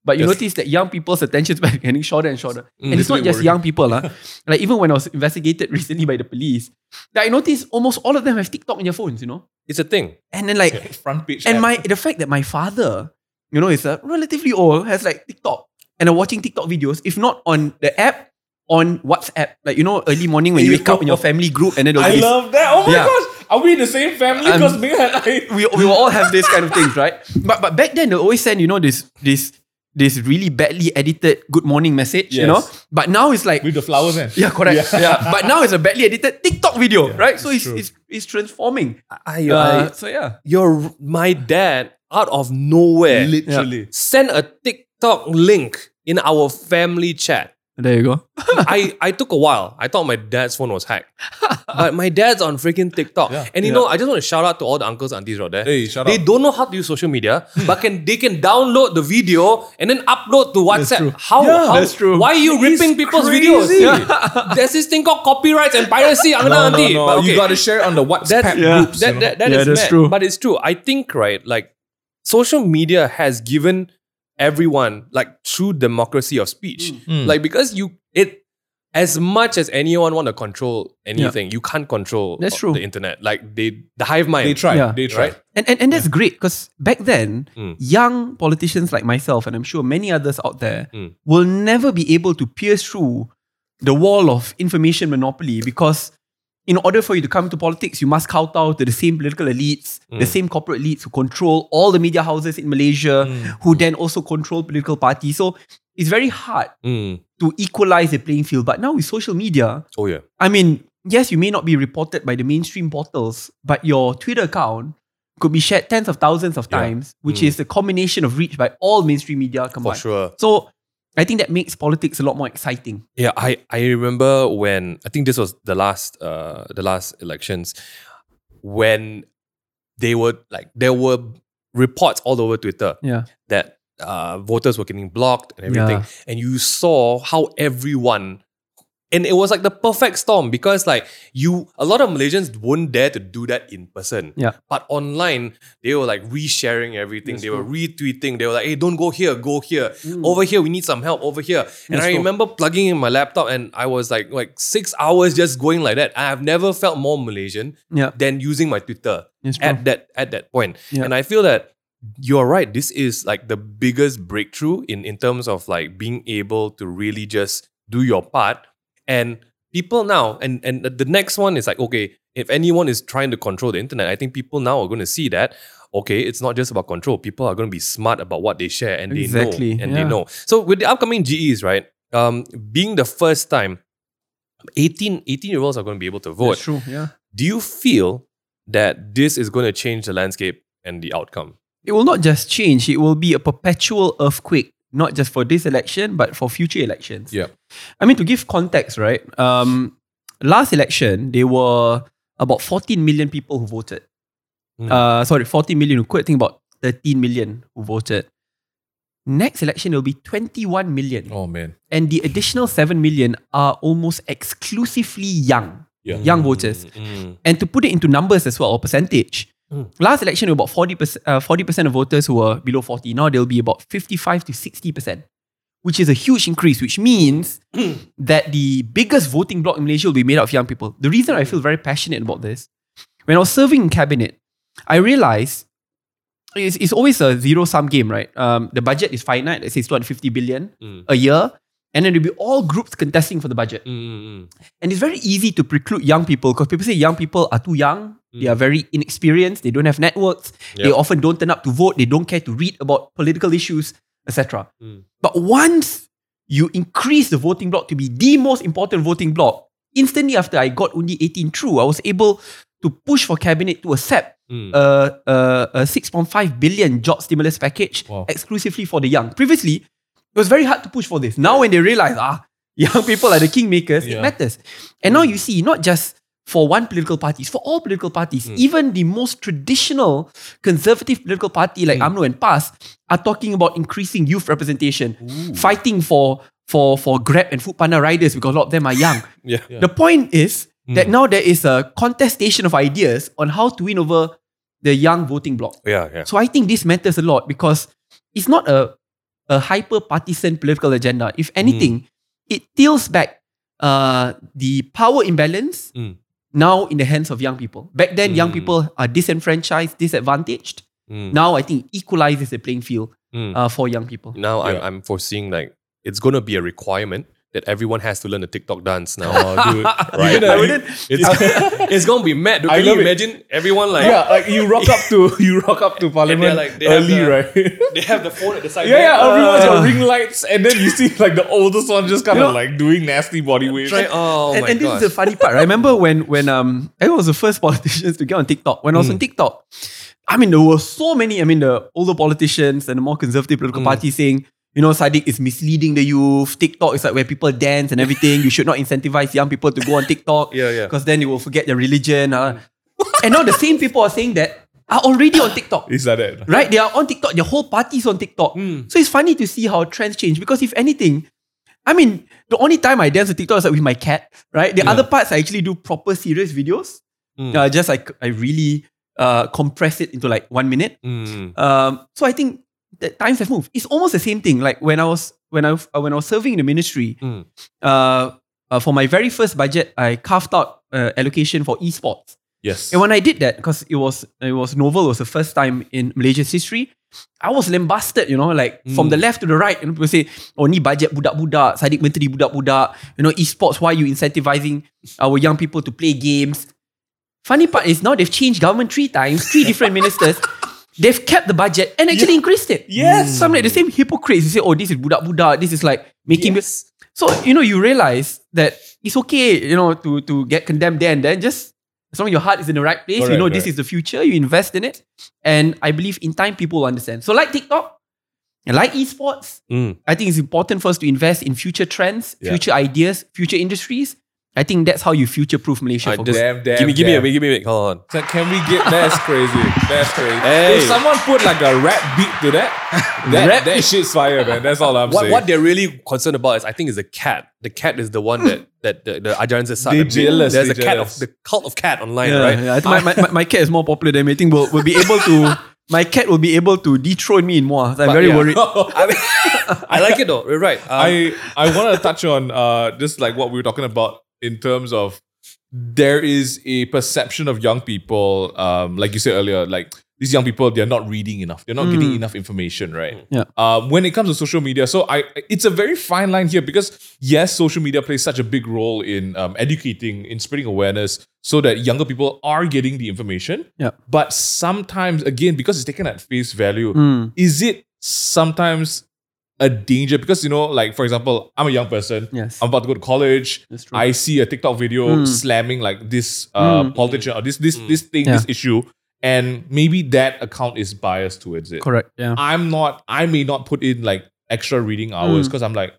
Speaker 4: But you
Speaker 2: Yes.
Speaker 4: notice that young people's attention span is getting shorter and shorter.
Speaker 1: Mm,
Speaker 4: and it's
Speaker 2: literally
Speaker 4: not just
Speaker 2: worrying.
Speaker 4: young people. lah. like even when I was investigated recently by the police, that I noticed almost all of them have TikTok in their phones, you know?
Speaker 1: It's a thing.
Speaker 4: And then like,
Speaker 2: front page.
Speaker 4: and
Speaker 2: ad.
Speaker 4: my the fact that my father, you know, is uh, relatively old, has like TikTok and are watching TikTok videos, if not on the app, on WhatsApp. Like, you know, early morning when you wake up in your family group and then there'll
Speaker 2: I
Speaker 4: be this-
Speaker 2: love that. Oh my
Speaker 4: Yeah.
Speaker 2: gosh. Are we in the same family?
Speaker 4: I'm-
Speaker 2: Because Ming and I
Speaker 4: we, we will all have these kind of things, right? But but back then they always send, you know, this this this really badly edited good morning message,
Speaker 2: Yes.
Speaker 4: you know? But now it's like
Speaker 2: with the flowers and
Speaker 4: Yeah, correct. Yeah. But now it's a badly edited TikTok video, right? So it's,
Speaker 2: true.
Speaker 4: it's it's transforming.
Speaker 1: I,
Speaker 4: Uh, so yeah.
Speaker 1: your my dad out of nowhere
Speaker 2: Literally.
Speaker 1: sent a TikTok link in our family chat.
Speaker 4: There you go.
Speaker 1: I, I took a while. I thought my dad's phone was hacked. But my dad's on freaking TikTok.
Speaker 2: Yeah.
Speaker 1: And you know, I just want to shout out to all the uncles and aunties out there.
Speaker 2: Hey, shout
Speaker 1: they
Speaker 2: out.
Speaker 1: don't know how to use social media, but can they can download the video and then upload to WhatsApp. How, how
Speaker 4: that's true.
Speaker 1: why are you ripping people's videos?
Speaker 2: crazy.
Speaker 1: There's this thing called copyrights and piracy, uncle
Speaker 2: No,
Speaker 1: and
Speaker 2: no,
Speaker 1: auntie.
Speaker 2: no.
Speaker 1: But
Speaker 2: You
Speaker 1: okay.
Speaker 2: got to share it on the WhatsApp
Speaker 1: That-
Speaker 4: yeah.
Speaker 2: groups. you
Speaker 1: That,
Speaker 2: know?
Speaker 1: that, that
Speaker 4: Yeah,
Speaker 1: is
Speaker 4: that's
Speaker 1: mad,
Speaker 4: true.
Speaker 1: But it's true. I think, right, like social media has given everyone like true democracy of speech. Like because you it as much as anyone want to control anything, you can't control
Speaker 4: That's
Speaker 1: o-
Speaker 4: true.
Speaker 1: the internet. Like they the hive mind.
Speaker 2: they tried.
Speaker 4: Yeah.
Speaker 2: They tried.
Speaker 4: And and, and that's great because back then,
Speaker 1: Mm.
Speaker 4: young politicians like myself, and I'm sure many others out there,
Speaker 1: Mm.
Speaker 4: will never be able to pierce through the wall of information monopoly because in order for you to come to politics, you must kowtow to the same political elites, the
Speaker 1: Mm.
Speaker 4: same corporate elites who control all the media houses in Malaysia,
Speaker 1: Mm.
Speaker 4: who then also control political parties. So it's very hard
Speaker 1: Mm.
Speaker 4: to equalize the playing field. But now with social media,
Speaker 1: Oh yeah.
Speaker 4: I mean, yes, you may not be reported by the mainstream portals, but your Twitter account could be shared tens of thousands of
Speaker 1: Yeah.
Speaker 4: times, which
Speaker 1: Mm.
Speaker 4: is the combination of reach by all mainstream media
Speaker 1: For
Speaker 4: combined.
Speaker 1: sure.
Speaker 4: So I think that makes politics a lot more exciting.
Speaker 1: Yeah, I, I remember when I think this was the last uh the last elections when they were like there were reports all over Twitter
Speaker 4: Yeah.
Speaker 1: that uh, voters were getting blocked and everything. And you saw how everyone, and it was like the perfect storm because like you, a lot of Malaysians wouldn't dare to do that in person.
Speaker 4: Yeah.
Speaker 1: But online, they were like resharing everything.
Speaker 4: That's
Speaker 1: they
Speaker 4: Mm.
Speaker 1: were retweeting. They were like, "Hey, don't go here. Go here. Over here, we need some help. Over here." And
Speaker 4: That's
Speaker 1: I
Speaker 4: true.
Speaker 1: remember plugging in my laptop, and I was like, like six hours just going like that. I have never felt more Malaysian
Speaker 4: Yeah.
Speaker 1: than using my Twitter
Speaker 4: It's true.
Speaker 1: at that at that point.
Speaker 4: Yeah.
Speaker 1: And I feel that you're right. This is like the biggest breakthrough in in terms of like being able to really just do your part. And people now, and and the- the next one is like okay, if anyone is trying to control the internet, I think people now are going to see that. Okay, it's not just about control. People are going to be smart about what they share and they
Speaker 4: Exactly,
Speaker 1: know and they
Speaker 4: yeah.
Speaker 1: know. So with the upcoming GEs, right? Um, being the first time, 18, 18 year olds are going to be able to vote
Speaker 4: That's true. Yeah.
Speaker 1: do you feel that this is going to change the landscape and the outcome?
Speaker 4: It will not just change, it will be a perpetual earthquake, not just for this election, but for future elections.
Speaker 1: Yeah.
Speaker 4: I mean, to give context, right? Um, last election, there were about 14 million people who voted.
Speaker 1: Mm.
Speaker 4: Uh, sorry, 14 million who quit. I think about 13 million who voted. Next election, will be 21 million.
Speaker 2: Oh man.
Speaker 4: And the additional 7 million are almost exclusively young.
Speaker 2: Yeah.
Speaker 4: Young voters.
Speaker 1: Mm,
Speaker 4: And to put it into numbers as well, or percentage,
Speaker 1: Mm.
Speaker 4: last election, there were about 40%, uh, 40% of voters who were below 40. Now they'll be about 55 to 60%, which is a huge increase, which means that the biggest voting bloc in Malaysia will be made up of young people. The reason I feel very passionate about this, when I was serving in cabinet, I realized it's, it's always a zero sum game, right? Um, the budget is finite, let's say it's 250 billion
Speaker 1: mm,
Speaker 4: a year. And then there'll be all groups contesting for the budget.
Speaker 1: mm, mm, mm.
Speaker 4: And it's very easy to preclude young people because people say young people are too young. They are very inexperienced. They don't have networks. They
Speaker 1: Mm. Yep.
Speaker 4: often don't turn up to vote. They don't care to read about political issues, etc.
Speaker 1: Mm.
Speaker 4: But once you increase the voting block to be the most important voting block, instantly after I got only 18 through, I was able to push for cabinet to accept
Speaker 1: Mm.
Speaker 4: a, a, a 6.5 billion job stimulus package
Speaker 2: Wow.
Speaker 4: exclusively for the young. Previously, it was very hard to push for this. Now, when they realize, ah, young people are the kingmakers,
Speaker 2: Yeah.
Speaker 4: it matters. And now you see, not just for one political party, it's for all political parties, even the most traditional conservative political party like AMNO and PAS are talking about increasing youth representation, fighting for, for, for Grab and Foodpanda riders because a lot of them are young.
Speaker 1: Yeah.
Speaker 4: The point is that now there is a contestation of ideas on how to win over the young voting bloc.
Speaker 1: Yeah, yeah.
Speaker 4: So I think this matters a lot because it's not a, a hyper partisan political agenda. If
Speaker 1: Mm.
Speaker 4: anything, it tilts back uh, the power imbalance
Speaker 1: Mm.
Speaker 4: now in the hands of young people. Back then, young
Speaker 1: Mm.
Speaker 4: people are disenfranchised, disadvantaged.
Speaker 1: Mm,
Speaker 4: Now I think equalizes the playing field
Speaker 1: mm.
Speaker 4: uh, for young people.
Speaker 1: Now I'm,
Speaker 2: Yeah.
Speaker 1: I'm foreseeing like it's going to be a requirement that everyone has to learn the TikTok dance now.
Speaker 2: Oh, dude.
Speaker 1: Right.
Speaker 2: Even I
Speaker 1: wouldn't- it's it's going to be mad. dude.
Speaker 2: I
Speaker 1: Can you
Speaker 2: love it.
Speaker 1: imagine everyone like
Speaker 2: yeah, like you rock up to you rock up to
Speaker 1: they're
Speaker 2: Parliament
Speaker 1: like- they have
Speaker 2: early,
Speaker 1: the- uh,
Speaker 2: right? yeah,
Speaker 1: they have the phone at the side?
Speaker 2: yeah.
Speaker 1: there.
Speaker 2: Everyone's got ring lights, and then you see like the oldest one just kind of like doing nasty body waves.
Speaker 1: Try- oh
Speaker 4: and,
Speaker 1: my
Speaker 4: and this
Speaker 1: gosh.
Speaker 4: is the funny part. I remember when when um I was the first politicians to get on TikTok. When I was
Speaker 1: Mm.
Speaker 4: on TikTok, I mean there were so many. I mean the older politicians and the more conservative political
Speaker 1: Mm.
Speaker 4: parties saying, you know, Sadiq is misleading the youth. TikTok is like where people dance and everything. you should not incentivize young people to go on TikTok.
Speaker 1: Yeah, Mm. yeah.
Speaker 4: Because then they will forget their religion. uh. and now the same people are saying that are already on TikTok
Speaker 2: Is that it?
Speaker 4: right? They are on TikTok. Their whole party's on TikTok. So it's funny to see how trends change because if anything, I mean, the only time I dance on TikTok is like with my cat, right? The other parts I actually do proper serious videos.
Speaker 1: Mm.
Speaker 4: Uh, just like I really uh, compress it into like one minute.
Speaker 1: Mm,
Speaker 4: Um, so I think that times have moved. It's almost the same thing. Like when I was when I uh, when I was serving in the ministry,
Speaker 1: Mm.
Speaker 4: uh, uh, for my very first budget, I carved out uh, allocation for esports.
Speaker 2: Yes.
Speaker 4: And when I did that, because it was it was novel, it was the first time in Malaysia's history. I was lambasted, you know, like from the left to the right, and people say, "Oh, ni budget budak-budak, Sadiq Menteri budak-budak." You know, esports. Why you incentivizing our young people to play games? Funny part is now they've changed government three times, three different ministers. They've kept the budget and actually increased it.
Speaker 2: Yes.
Speaker 4: so I'm like the same hypocrites. You say, "Oh, this is budak-budak. This is like making." So you know, you realize that it's okay, you know, to to get condemned there and then. Just as long as your heart is in the right place, you
Speaker 2: Correct,
Speaker 4: know this
Speaker 2: correct.
Speaker 4: is the future. You invest in it, and I believe in time people will understand. So like TikTok, and like esports,
Speaker 1: mm.
Speaker 4: I think it's important for us to invest in future trends,
Speaker 2: Yeah.
Speaker 4: future ideas, future industries, I think that's how you future proof Malaysia
Speaker 1: I
Speaker 4: for
Speaker 1: just-
Speaker 2: Damn,
Speaker 4: good.
Speaker 2: damn,
Speaker 1: give me, give me a
Speaker 2: damn.
Speaker 1: bit, give me a bit. Hold on.
Speaker 2: So can we get that's crazy. That's crazy.
Speaker 1: Hey.
Speaker 2: If someone put like a rap beat to that, that,
Speaker 4: Rap
Speaker 2: that shit's fire, man. That's all I'm
Speaker 1: What,
Speaker 2: saying.
Speaker 1: what they're really concerned about is, I think, is the cat. The cat is the one that that the, the Ajahn said.
Speaker 2: They jealous,
Speaker 1: There's
Speaker 2: they
Speaker 1: a cat
Speaker 2: jealous.
Speaker 1: of the cult of cat online,
Speaker 4: Yeah,
Speaker 1: right?
Speaker 4: yeah. I think my, my, my, my cat is more popular than me. I think we'll, we'll be able to. My cat will be able to dethrone me in Moa. So I'm
Speaker 1: But
Speaker 4: very
Speaker 1: yeah.
Speaker 4: worried.
Speaker 1: I, mean, I like it though. You're right. Um,
Speaker 2: I I want to touch on uh just like what we were talking about in terms of there is a perception of young people, um, like you said earlier, like these young people they're not reading enough, they're not getting enough information, right?
Speaker 4: Yeah.
Speaker 2: Uh, when it comes to social media, so I it's a very fine line here because yes, social media plays such a big role in um, educating, in spreading awareness, so that younger people are getting the information.
Speaker 4: Yeah.
Speaker 2: But sometimes, again, because it's taken at face value,
Speaker 4: Mm,
Speaker 2: is it sometimes a danger because you know like for example i'm a young person
Speaker 4: Yes.
Speaker 2: i'm about to go to college
Speaker 4: That's true.
Speaker 2: i see a tiktok video slamming like this uh
Speaker 4: Mm.
Speaker 2: politician or this this this thing this issue and maybe that account is biased towards it
Speaker 4: Correct. Yeah.
Speaker 2: i'm not i may not put in like extra reading hours
Speaker 4: Mm.
Speaker 2: because i'm like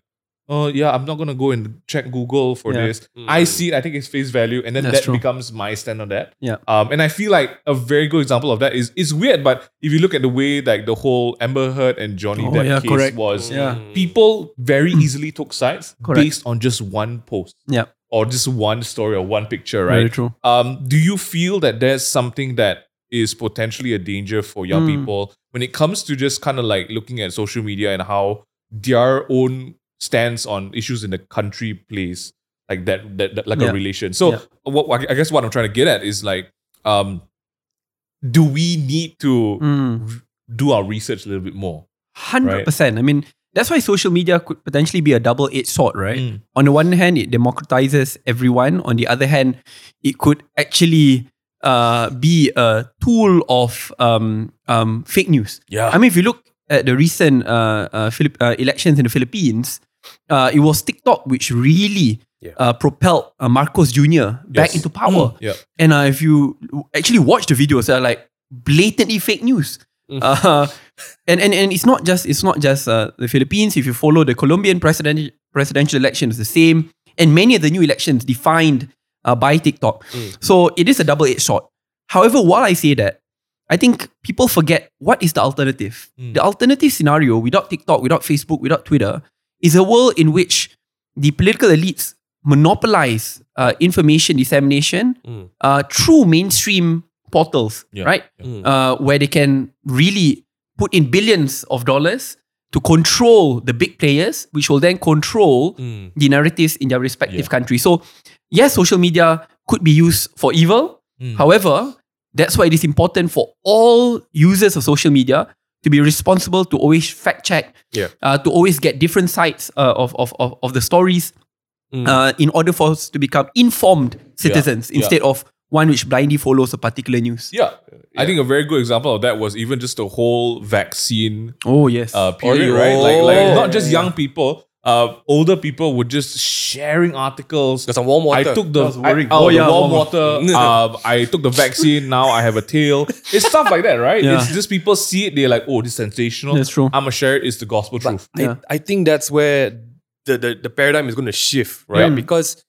Speaker 2: oh yeah i'm not gonna go and check google for
Speaker 4: Yeah.
Speaker 2: this i see it i think it's face value and then
Speaker 4: That's
Speaker 2: that
Speaker 4: true.
Speaker 2: becomes my stand on that
Speaker 4: Yeah.
Speaker 2: um, and I feel like a very good example of that is it's weird, but if you look at the way like the whole Amber Heard and Johnny
Speaker 4: Oh,
Speaker 2: Depp
Speaker 4: yeah,
Speaker 2: case
Speaker 4: correct.
Speaker 2: was,
Speaker 4: Yeah.
Speaker 1: Mm.
Speaker 2: people very easily took sides
Speaker 4: Correct.
Speaker 2: based on just one post
Speaker 4: Yeah.
Speaker 2: or just one story or one picture,
Speaker 4: Very
Speaker 2: right?
Speaker 4: true.
Speaker 2: Um, do you feel that there's something that is potentially a danger for young
Speaker 4: Mm.
Speaker 2: people when it comes to just kind of like looking at social media and how their own stance on issues in the country plays like that, that, that- like
Speaker 4: Yeah.
Speaker 2: a relation? So
Speaker 4: Yeah.
Speaker 2: what what- I guess what I'm trying to get at is like, um, do we need to
Speaker 4: Mm.
Speaker 2: do our research a little bit more?
Speaker 4: Hundred percent. I mean, that's why social media could potentially be a double-edged sword, right?
Speaker 2: Mm.
Speaker 4: On the one hand, it democratizes everyone. On the other hand, it could actually uh, be a tool of um, um, fake news.
Speaker 1: yeah.
Speaker 4: I mean, if you look at the recent uh, uh, Philip, uh, elections in the Philippines, uh, it was TikTok which really
Speaker 1: Yeah.
Speaker 4: uh, propelled uh, Marcos Jr. back
Speaker 2: Yes.
Speaker 4: into power.
Speaker 2: Mm. Yeah.
Speaker 4: And uh, if you actually watch the videos, they're like blatantly fake news.
Speaker 2: Mm.
Speaker 4: Uh, and, and and it's not just it's not just uh, the Philippines. If you follow the Colombian president, presidential election, it's the same. And many of the new elections defined uh, by TikTok.
Speaker 2: Mm.
Speaker 4: So it is a double edged sword. However, while I say that, I think people forget what is the alternative.
Speaker 2: Mm.
Speaker 4: The alternative scenario without TikTok, without Facebook, without Twitter is a world in which the political elites monopolize uh, information dissemination
Speaker 1: Mm.
Speaker 4: uh, through mainstream portals,
Speaker 2: Yeah.
Speaker 4: right?
Speaker 1: Mm.
Speaker 4: Uh, where they can really put in billions of dollars to control the big players, which will then control
Speaker 1: Mm.
Speaker 4: the narratives in their respective
Speaker 2: Yeah.
Speaker 4: countries. So, yes, social media could be used for evil.
Speaker 2: Mm.
Speaker 4: However, that's why it is important for all users of social media to be responsible, to always fact check,
Speaker 1: Yeah.
Speaker 4: uh, to always get different sides uh, of, of, of, of the stories
Speaker 1: Mm.
Speaker 4: uh, in order for us to become informed citizens
Speaker 2: Yeah.
Speaker 4: instead of one which blindly follows a particular news.
Speaker 2: Yeah. I think a very good example of that was even just the whole vaccine
Speaker 4: Oh, yes.
Speaker 2: uh, period,
Speaker 1: Oh,
Speaker 2: right? Like, like
Speaker 1: yeah,
Speaker 2: not just
Speaker 1: yeah,
Speaker 2: young people, uh, older people were just sharing articles.
Speaker 1: Got some warm water.
Speaker 2: I took the,
Speaker 4: was worrying.
Speaker 2: I, oh,
Speaker 4: Oh,
Speaker 2: the
Speaker 4: yeah,
Speaker 2: warm
Speaker 4: warm
Speaker 2: water. um, I took the vaccine. Now I have a tail. It's stuff like that, right?
Speaker 4: Yeah.
Speaker 2: It's just people see it. They're like, oh, this is sensational.
Speaker 4: That's true.
Speaker 2: I'm gonna share it. It's the gospel truth.
Speaker 1: I,
Speaker 4: Yeah.
Speaker 1: I think that's where the, the, the paradigm is going to shift, right?
Speaker 2: Hmm.
Speaker 4: Yeah.
Speaker 1: Because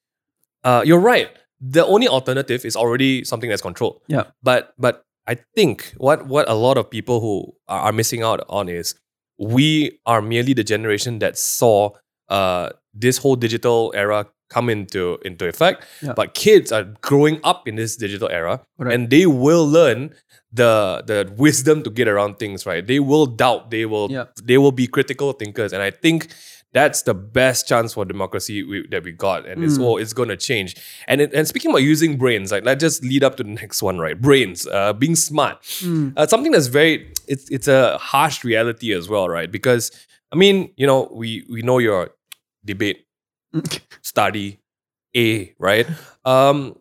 Speaker 1: uh, you're right. The only alternative is already something that's controlled.
Speaker 4: Yeah.
Speaker 1: But but I think what what a lot of people who are, are missing out on is we are merely the generation that saw uh, this whole digital era come into into effect.
Speaker 4: Yeah.
Speaker 1: But kids are growing up in this digital era,
Speaker 4: Correct.
Speaker 1: and they will learn the the wisdom to get around things. Right? They will doubt. They will
Speaker 4: Yeah.
Speaker 1: they will be critical thinkers, and I think that's the best chance for democracy we, that we got. And it's
Speaker 4: Mm.
Speaker 1: oh, it's gonna change. And it, and speaking about using brains, like let's just lead up to the next one, right? Brains, uh, being smart
Speaker 4: Mm.
Speaker 1: uh, something that's very it's it's a harsh reality as well, right? Because I mean, you know, we we know your debate study A, right? Um,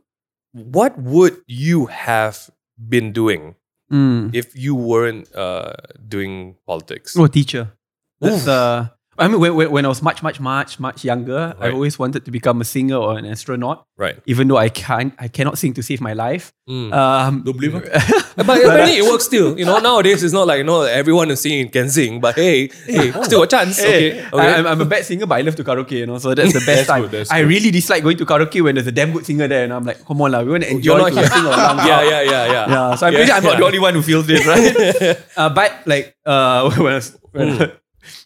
Speaker 1: what would you have been doing
Speaker 4: Mm.
Speaker 1: if you weren't uh, doing politics?
Speaker 4: Oh, teacher. That's,
Speaker 1: Oof.
Speaker 4: uh, I mean, when, when, when I was much, much, much, much younger, I
Speaker 1: Right.
Speaker 4: always wanted to become a singer or an astronaut,
Speaker 1: Right.
Speaker 4: even though I can't, I cannot sing to save my life.
Speaker 1: Mm.
Speaker 4: Um,
Speaker 2: Don't believe her.
Speaker 1: But
Speaker 4: uh,
Speaker 1: apparently it works still. You know, nowadays it's not like you know everyone is singing can sing, but hey, hey, still a chance.
Speaker 4: Hey,
Speaker 1: okay.
Speaker 4: I,
Speaker 1: Okay.
Speaker 4: am I'm a bad singer, but I love to karaoke, you know, so that's the
Speaker 2: That's
Speaker 4: best time.
Speaker 2: good, that's
Speaker 4: I
Speaker 2: good.
Speaker 4: really dislike going to karaoke when there's a damn good singer there, and I'm like, come on, lah, we
Speaker 2: Oh,
Speaker 4: want to enjoy
Speaker 1: You're not
Speaker 4: to
Speaker 1: here.
Speaker 4: sing our lungs out.
Speaker 1: yeah, yeah, yeah, yeah.
Speaker 4: Yeah, so I'm
Speaker 1: Yeah,
Speaker 4: pretty sure I'm not the
Speaker 1: yeah.
Speaker 4: only one who feels this, right? uh, but like uh, when I was, when,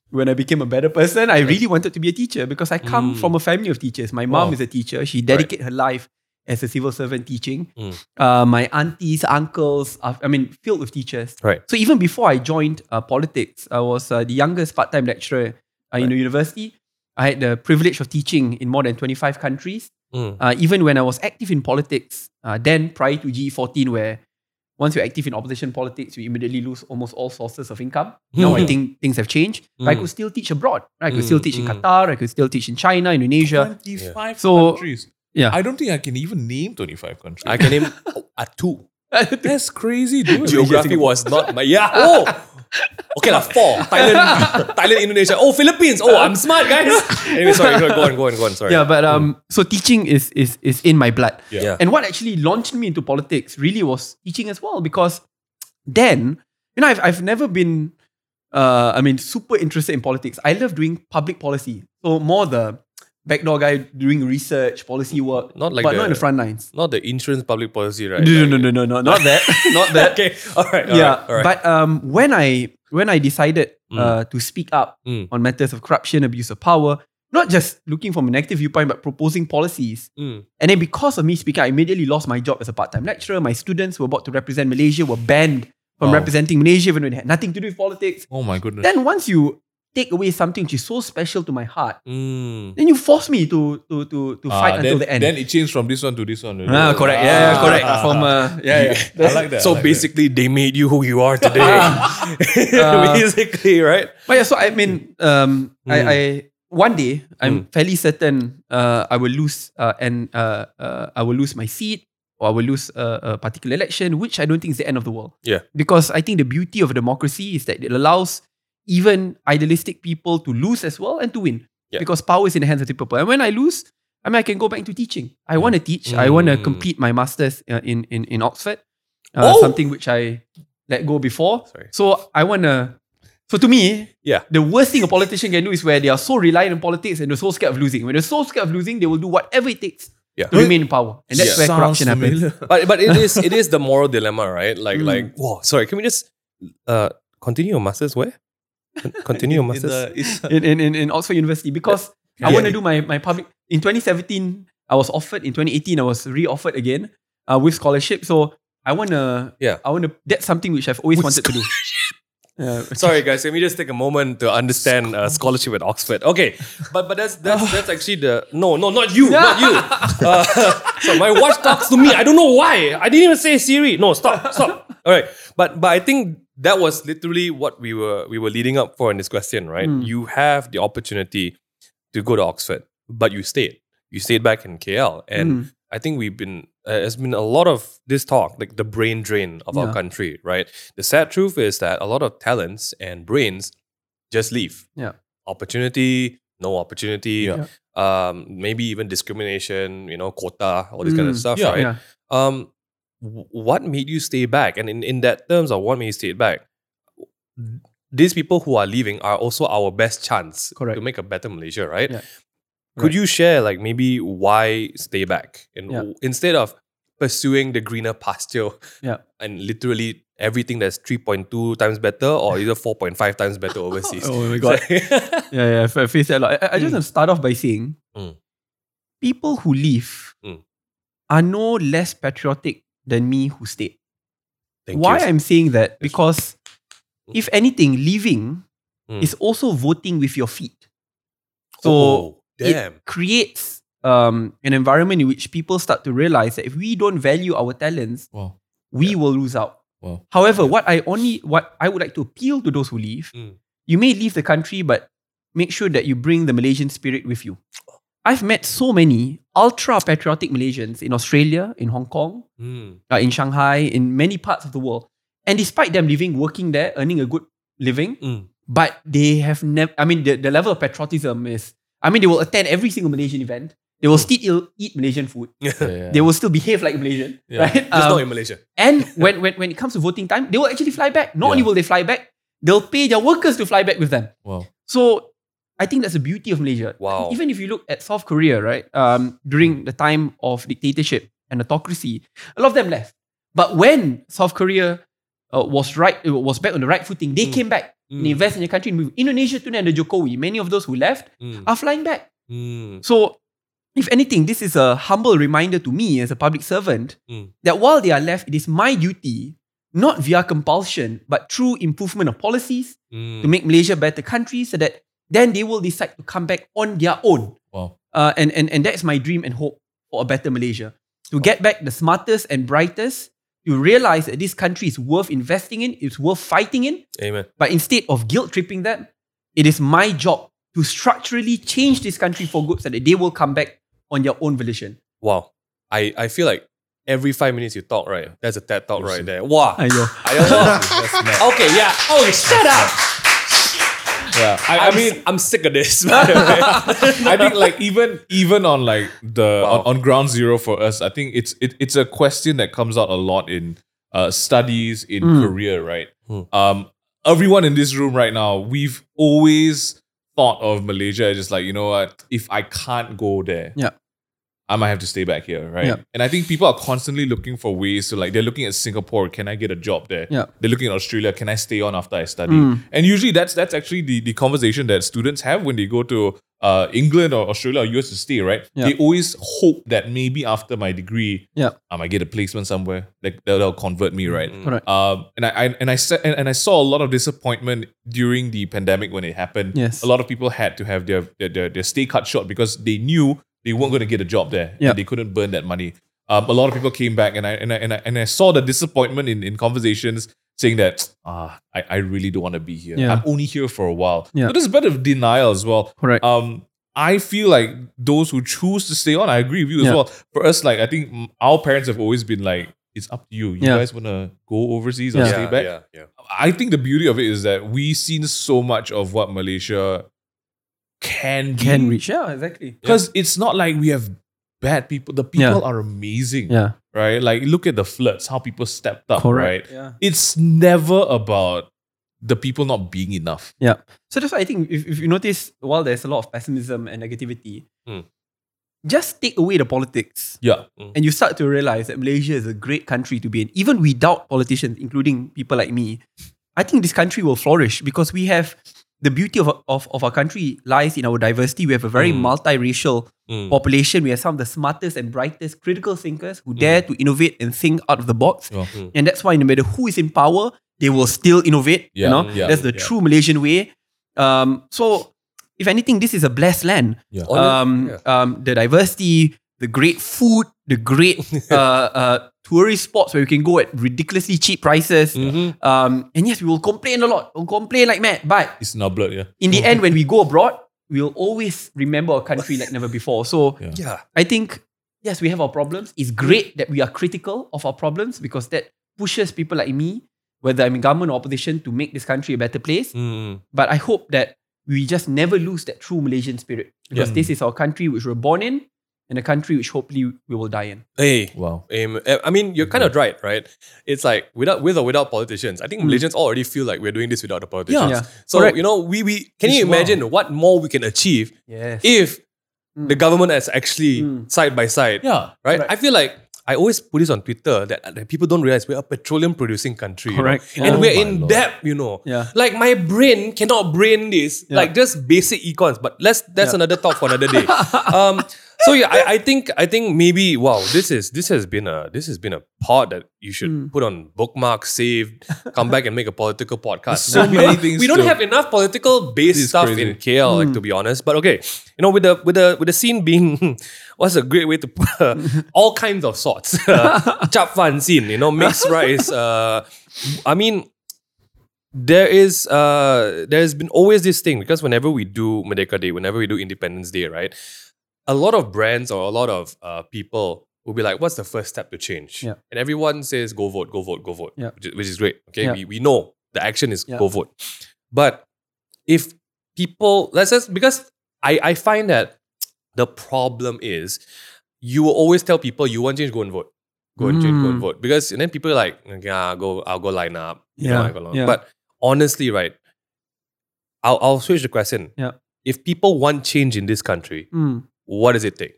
Speaker 1: Hmm.
Speaker 4: when I became a better person, I really wanted to be a teacher because I come from a family of teachers. My
Speaker 1: Hmm.
Speaker 4: mom
Speaker 1: Wow.
Speaker 4: is a teacher. She dedicated her life as a civil servant teaching.
Speaker 1: Mm.
Speaker 4: Uh, my aunties, uncles, are, I mean, filled with teachers.
Speaker 1: Right.
Speaker 4: So even before I joined uh, politics, I was uh, the youngest part-time lecturer uh, in the university. I had the privilege of teaching in more than 25 countries
Speaker 1: Mm.
Speaker 4: uh, even when I was active in politics, uh, then prior to GE14, where once you're active in opposition politics, you immediately lose almost all sources of income. Now I
Speaker 1: Mhm.
Speaker 4: think things have changed. But I
Speaker 1: Mm.
Speaker 4: could still teach abroad. Right? I could still
Speaker 1: Mm,
Speaker 4: teach in
Speaker 1: mm.
Speaker 4: Qatar. I could still teach in China, Indonesia.
Speaker 2: 25
Speaker 4: So-
Speaker 2: countries.
Speaker 4: Yeah.
Speaker 2: I don't think I can even name 25 countries.
Speaker 1: I can name a two.
Speaker 2: That's crazy, dude.
Speaker 1: Geography was not my yeah. Oh, okay lah. Four Thailand, Thailand, Indonesia. Oh, Philippines. Oh, I'm smart guys. Anyway, sorry. Go on, go on, go on. Sorry.
Speaker 4: yeah, but um, so teaching is is is in my blood.
Speaker 2: Yeah.
Speaker 1: Yeah.
Speaker 4: And what actually launched me into politics really was teaching as well because then, you know, I've, I've never been, uh, I mean, super interested in politics. I love doing public policy. So more the backdoor guy doing research, policy work,
Speaker 1: Not like
Speaker 4: but
Speaker 1: the-
Speaker 4: not in the front lines.
Speaker 1: Not the insurance public policy, right?
Speaker 4: No, no, no, no, no, not that. Not that.
Speaker 1: okay. All right.
Speaker 4: yeah.
Speaker 1: All right.
Speaker 4: But um, when I when I decided
Speaker 1: Mm.
Speaker 4: uh, to speak up
Speaker 1: Mm.
Speaker 4: on matters of corruption, abuse of power, not just looking from a negative viewpoint, but proposing policies
Speaker 1: Mm.
Speaker 4: and then because of me speaking, I immediately lost my job as a part-time lecturer. My students who were about to represent Malaysia were banned from
Speaker 2: Wow.
Speaker 4: representing Malaysia even when it had nothing to do with politics.
Speaker 2: Oh my goodness.
Speaker 4: Then once you take away something which is so special to my heart,
Speaker 1: Mm.
Speaker 4: then you force me to to to, to
Speaker 2: Ah,
Speaker 4: fight
Speaker 2: then,
Speaker 4: until the end.
Speaker 2: Then it changed from this one to this one.
Speaker 4: ah, correct. Yeah, yeah, correct.
Speaker 2: Ah.
Speaker 4: From uh, yeah, yeah.
Speaker 2: I like that. I
Speaker 1: So
Speaker 2: like that.
Speaker 1: basically, they made you who you are today.
Speaker 4: Uh,
Speaker 1: basically, right?
Speaker 4: But yeah, so I mean, um,
Speaker 1: Hmm.
Speaker 4: I, I one day I'm fairly certain uh, I will lose uh, and uh, uh, I will lose my seat or I will lose a, a particular election, which I don't think is the end of the world.
Speaker 1: Yeah.
Speaker 4: because I think the beauty of democracy is that it allows even idealistic people to lose as well and to win.
Speaker 1: Yeah.
Speaker 4: Because power is in the hands of the people, and when I lose, I mean I can go back into teaching. I
Speaker 1: Hmm.
Speaker 4: want to teach. I want to
Speaker 1: Mm.
Speaker 4: complete my masters uh, in in in Oxford, uh,
Speaker 1: Oh!
Speaker 4: something which I let go before.
Speaker 1: Sorry.
Speaker 4: So I wanna. So to me,
Speaker 1: Yeah.
Speaker 4: the worst thing a politician can do is where they are so reliant on politics and they're so scared of losing. When they're so scared of losing, they will do whatever it takes
Speaker 1: Yeah.
Speaker 4: to remain in power, and that's where
Speaker 2: Sounds
Speaker 4: corruption happens.
Speaker 2: familiar.
Speaker 1: But but it is it is the moral dilemma, right? Like
Speaker 4: Mm.
Speaker 1: like whoa, sorry. Can we just uh continue your masters where? Con- Continue your
Speaker 2: In
Speaker 1: masters.
Speaker 2: the- it's-
Speaker 4: in, in, in, in Oxford University because I
Speaker 1: Yeah.
Speaker 4: want to do my, my public. In 2017, I was offered. In 2018, I was re-offered again uh, with scholarship. So I want to.
Speaker 1: Yeah.
Speaker 4: I want to. That's something which I've always
Speaker 1: With
Speaker 4: wanted to do. Yeah.
Speaker 1: Sorry, guys. Can we just take a moment to understand uh, scholarship at Oxford? Okay, but but that's that's that's actually the no no not you not you. Uh, so my watch talks to me. I don't know why. I didn't even say Siri. No, stop stop. All right, but but I think that was literally what we were we were leading up for in this question, right?
Speaker 4: Mm.
Speaker 1: You have the opportunity to go to Oxford, but you stayed. You stayed back in KL, and
Speaker 4: Mm.
Speaker 1: I think we've been uh, there's been a lot of this talk, like the brain drain of our
Speaker 4: Yeah.
Speaker 1: country, right? The sad truth is that a lot of talents and brains just leave.
Speaker 4: Yeah.
Speaker 1: Opportunity, no opportunity,
Speaker 2: Yeah.
Speaker 1: um, maybe even discrimination, you know, quota, all this kind of
Speaker 4: Mm.
Speaker 1: stuff,
Speaker 2: Yeah.
Speaker 1: right?
Speaker 4: Yeah.
Speaker 1: Um, w- what made you stay back? And in, in that terms of what made you stay back, these people who are leaving are also our best chance
Speaker 4: Correct.
Speaker 1: to make a better Malaysia, right?
Speaker 4: Yeah.
Speaker 1: Could you
Speaker 4: Right.
Speaker 1: share like maybe why stay back and
Speaker 4: Yeah.
Speaker 1: w- instead of pursuing the greener pasture
Speaker 4: Yeah.
Speaker 1: and literally everything that's 3.2 times better or either 4.5 times better overseas?
Speaker 4: Oh my god. Yeah, yeah. I- I face that a lot. I, I- I just
Speaker 1: Mm.
Speaker 4: want to start off by saying
Speaker 1: Mm.
Speaker 4: people who leave
Speaker 1: Mm.
Speaker 4: are no less patriotic than me who stayed.
Speaker 1: Thank
Speaker 4: Why
Speaker 1: you.
Speaker 4: I'm saying that?
Speaker 1: Yes.
Speaker 4: Because
Speaker 1: Mm.
Speaker 4: if anything, leaving
Speaker 1: Mm.
Speaker 4: is also voting with your feet. So
Speaker 1: oh,
Speaker 4: it-
Speaker 1: damn.
Speaker 4: creates um, an environment in which people start to realize that if we don't value our talents,
Speaker 2: Wow.
Speaker 4: we will lose out.
Speaker 2: Wow.
Speaker 4: However, what I only what I would like to appeal to those who leave,
Speaker 1: Mm.
Speaker 4: you may leave the country, but make sure that you bring the Malaysian spirit with you. I've met so many ultra patriotic Malaysians in Australia, in Hong Kong,
Speaker 1: Mm.
Speaker 4: uh, in Shanghai, in many parts of the world. And despite them living, working there, earning a good living,
Speaker 1: Mm.
Speaker 4: but they have never. I mean, the, the level of patriotism is. I mean, they will attend every single Malaysian event. They
Speaker 1: Mm.
Speaker 4: will still eat, eat Malaysian food. They will still behave like Malaysian,
Speaker 2: Yeah.
Speaker 4: right?
Speaker 1: Just
Speaker 4: Um,
Speaker 1: not in Malaysia.
Speaker 4: and when, when when it comes to voting time, they will actually fly back. Not only will they fly back, they'll pay their workers to fly back with them.
Speaker 2: Wow.
Speaker 4: So I think that's the beauty of Malaysia.
Speaker 1: Wow.
Speaker 4: Even if you look at South Korea, right? Um, during the time of dictatorship and autocracy, a lot of them left. But when South Korea uh, was right, uh, was back on the right footing, they
Speaker 1: Mm.
Speaker 4: came back and
Speaker 1: Mm.
Speaker 4: invest in the country and move. Indonesia, Tuna, and the Jokowi, many of those who left
Speaker 1: Mm.
Speaker 4: are flying back.
Speaker 1: Mm.
Speaker 4: So, if anything, this is a humble reminder to me as a public servant
Speaker 1: Mm.
Speaker 4: that while they are left, it is my duty, not via compulsion, but through improvement of policies
Speaker 1: Mm.
Speaker 4: to make Malaysia a better country so that then they will decide to come back on their own.
Speaker 2: Wow.
Speaker 4: Uh, and, and, and that is my dream and hope for a better Malaysia. To get back the smartest and brightest, to realize that this country is worth investing in, it's worth fighting in,
Speaker 1: Amen.
Speaker 4: but instead of guilt tripping them, it is my job to structurally change this country for good so that they will come back on their own volition.
Speaker 1: Wow. I, I feel like every five minutes you talk, right? That's a TED talk right
Speaker 2: see.
Speaker 1: there. Wow. I,
Speaker 4: know.
Speaker 1: wow. okay, yeah. Oh, shut up.
Speaker 2: Yeah. I,
Speaker 1: I
Speaker 2: I mean,
Speaker 1: mean, I'm sick of this. by the way.
Speaker 2: I think like even even on like the
Speaker 1: Wow.
Speaker 2: on, on ground zero for us, I think it's it, it's a question that comes out a lot in uh, studies in
Speaker 4: Mm.
Speaker 2: Korea, right?
Speaker 1: Mm.
Speaker 2: Um, everyone in this room right now, we've always thought of Malaysia as just like you know what, if I can't go there,
Speaker 4: Yeah.
Speaker 2: I might have to stay back here, right?
Speaker 4: Yeah.
Speaker 2: And I think people are constantly looking for ways to like they're looking at Singapore, can I get a job there?
Speaker 4: Yeah.
Speaker 2: They're looking at Australia, can I stay on after I study?
Speaker 4: Mm.
Speaker 2: And usually that's that's actually the, the conversation that students have when they go to uh, England or Australia or US to stay, right?
Speaker 4: Yeah.
Speaker 2: They always hope that maybe after my degree,
Speaker 4: Yeah.
Speaker 2: I might get a placement somewhere. Like that'll, that'll convert me, right?
Speaker 1: Mm.
Speaker 4: Correct.
Speaker 2: Um, and I, I and I sa- and, and I saw a lot of disappointment during the pandemic when it happened.
Speaker 4: Yes.
Speaker 2: A lot of people had to have their their, their, their stay cut short because they knew they weren't going to get a job there. and
Speaker 4: Yeah.
Speaker 2: They couldn't burn that money. Um, a lot of people came back and I and I and I, and I saw the disappointment in, in conversations saying that ah I, I really don't want to be here.
Speaker 4: Yeah.
Speaker 2: I'm only here for a while.
Speaker 4: Yeah.
Speaker 2: So there's a bit of denial as well.
Speaker 4: Correct.
Speaker 2: Um I feel like those who choose to stay on, I agree with you as
Speaker 4: Yeah.
Speaker 2: well. For us, like I think mm, our parents have always been like, it's up to you. You
Speaker 4: Yeah.
Speaker 2: guys wanna go overseas or
Speaker 4: Yeah.
Speaker 2: stay back?
Speaker 1: Yeah, yeah.
Speaker 2: I think the beauty of it is that we've seen so much of what Malaysia can be.
Speaker 4: Can reach. Yeah, exactly.
Speaker 2: Because it's not like we have bad people. The people
Speaker 4: Yeah.
Speaker 2: are amazing,
Speaker 4: Yeah.
Speaker 2: right? Like, look at the flirts, how people stepped up,
Speaker 4: Correct.
Speaker 2: right?
Speaker 4: Yeah.
Speaker 2: It's never about the people not being enough.
Speaker 4: So that's why I think if, if you notice, while there's a lot of pessimism and negativity,
Speaker 2: Hmm.
Speaker 1: Mm.
Speaker 4: just take away the politics
Speaker 2: Yeah.
Speaker 4: and you start to realize that Malaysia is a great country to be in. Even without politicians, including people like me, I think this country will flourish because we have the beauty of, of, of our country lies in our diversity. We have a very
Speaker 1: Mm.
Speaker 2: Hmm.
Speaker 4: multiracial
Speaker 1: Mm.
Speaker 4: population. We have some of the smartest and brightest critical thinkers
Speaker 2: Hmm.
Speaker 4: who dare to innovate and think out of the box.
Speaker 2: Yeah.
Speaker 1: Mm.
Speaker 4: And that's why no matter who is in power, they will still innovate.
Speaker 2: Yeah,
Speaker 4: You know,
Speaker 2: yeah,
Speaker 4: that's the
Speaker 2: yeah.
Speaker 4: true Malaysian way. Um, so if anything, this is a blessed land. Um,
Speaker 1: yeah.
Speaker 4: um, the diversity, the great food, the great uh, uh, tourist spots where you can go at ridiculously cheap prices.
Speaker 1: Mhm.
Speaker 4: Um, and yes, we will complain a lot. We'll complain like mad. But
Speaker 2: It's not blood, yeah. Mm.
Speaker 4: in the end, when we go abroad, we'll always remember our country like never before. So
Speaker 2: Yeah.
Speaker 1: Yeah.
Speaker 4: I think, yes, we have our problems. It's great that we are critical of our problems because that pushes people like me, whether I'm in government or opposition, to make this country a better place.
Speaker 1: Mm.
Speaker 4: But I hope that we just never lose that true Malaysian spirit because
Speaker 2: Yeah.
Speaker 4: this is our country which we're born in and a country which hopefully we will die in.
Speaker 1: Hey.
Speaker 2: Wow.
Speaker 1: Um, I I mean, you're kind of right, right? It's like without with or without politicians. I think
Speaker 4: Mm.
Speaker 1: Malaysians already feel like we're doing this without the politicians.
Speaker 4: Yeah.
Speaker 1: So
Speaker 4: Correct.
Speaker 1: you know, we we can you
Speaker 2: It's wild.
Speaker 1: imagine what more we can achieve
Speaker 4: Yes.
Speaker 1: if
Speaker 4: Mm.
Speaker 1: the government is actually
Speaker 4: Mm.
Speaker 1: side by side,
Speaker 2: Yeah.
Speaker 1: right?
Speaker 4: Correct.
Speaker 1: I feel like I always put this on Twitter that, uh, that people don't realize we're a petroleum producing country, you know?
Speaker 4: Correct.
Speaker 1: and
Speaker 2: Oh
Speaker 1: we're
Speaker 2: my
Speaker 1: in
Speaker 2: lord.
Speaker 1: debt, you know.
Speaker 4: Yeah.
Speaker 1: Like my brain cannot brain this,
Speaker 4: Yeah.
Speaker 1: like just basic econs. But let's that's
Speaker 4: Yeah.
Speaker 1: another talk for another day. um, so yeah, I, I think I think maybe wow, this is this has been a this has been a pod that you should
Speaker 4: Hmm.
Speaker 1: put on bookmark, save, come back and make a political podcast.
Speaker 2: so
Speaker 1: We
Speaker 2: many
Speaker 1: don't-
Speaker 2: things
Speaker 1: We don't
Speaker 2: to-
Speaker 1: have enough political based
Speaker 2: It's
Speaker 1: stuff
Speaker 2: crazy.
Speaker 1: in KL, like
Speaker 4: Hmm.
Speaker 1: to be honest. But okay, you know, with the with the with the scene being what's a great way to all kinds of sorts. Chap fan scene, you know, mixed rice. Uh, I mean, there is uh there's been always this thing because whenever we do Merdeka Day, whenever we do Independence Day, right? A lot of brands or a lot of uh, people will be like, "What's the first step to change?"
Speaker 4: Yeah.
Speaker 1: And everyone says, "Go vote, go vote, go vote,"
Speaker 4: Yeah.
Speaker 1: which, is, which is great. Okay,
Speaker 4: Yeah.
Speaker 1: we, we know the action is
Speaker 4: Yeah.
Speaker 1: go vote, but if people let's just because I, I find that the problem is you will always tell people you want change, go and vote. Go and change, go and
Speaker 4: Mm.
Speaker 1: vote. Because and then people are like, yeah, go I'll go line up. You know,
Speaker 4: Yeah,
Speaker 1: I got along.
Speaker 4: yeah.
Speaker 1: But honestly, right, I'll I'll switch the question.
Speaker 4: Yeah.
Speaker 1: If people want change in this country,
Speaker 4: Mm.
Speaker 1: what does it take?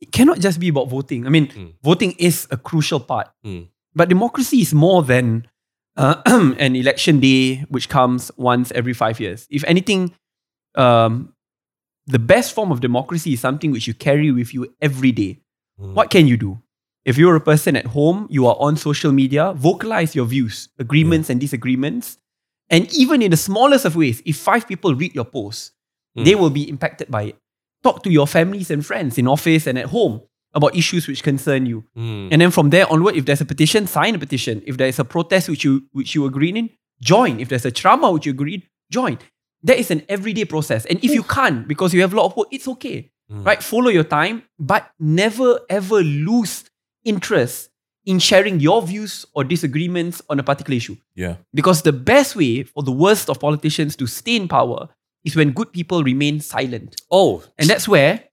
Speaker 4: It cannot just be about voting. I mean,
Speaker 1: Mm.
Speaker 4: voting is a crucial part,
Speaker 1: Mm.
Speaker 4: but democracy is more than uh, an election day, which comes once every five years. If anything, um, the best form of democracy is something which you carry with you every day. What can you do? If you're a person at home, you are on social media, vocalize your views, agreements and disagreements. And even in the smallest of ways, if five people read your post,
Speaker 1: Mm.
Speaker 4: they will be impacted by it. Talk to your families and friends in office and at home about issues which concern you.
Speaker 1: Mm.
Speaker 4: And then from there onward, if there's a petition, sign a petition. If there's a protest which you which you agree in, join. If there's a trauma which you agree in, join. That is an everyday process. And if you can't because you have a lot of work, it's okay.
Speaker 1: Mm.
Speaker 4: Right? Follow your time, but never ever lose interest in sharing your views or disagreements on a particular issue.
Speaker 2: Yeah.
Speaker 4: Because the best way for the worst of politicians to stay in power is when good people remain silent.
Speaker 1: Oh,
Speaker 4: And that's where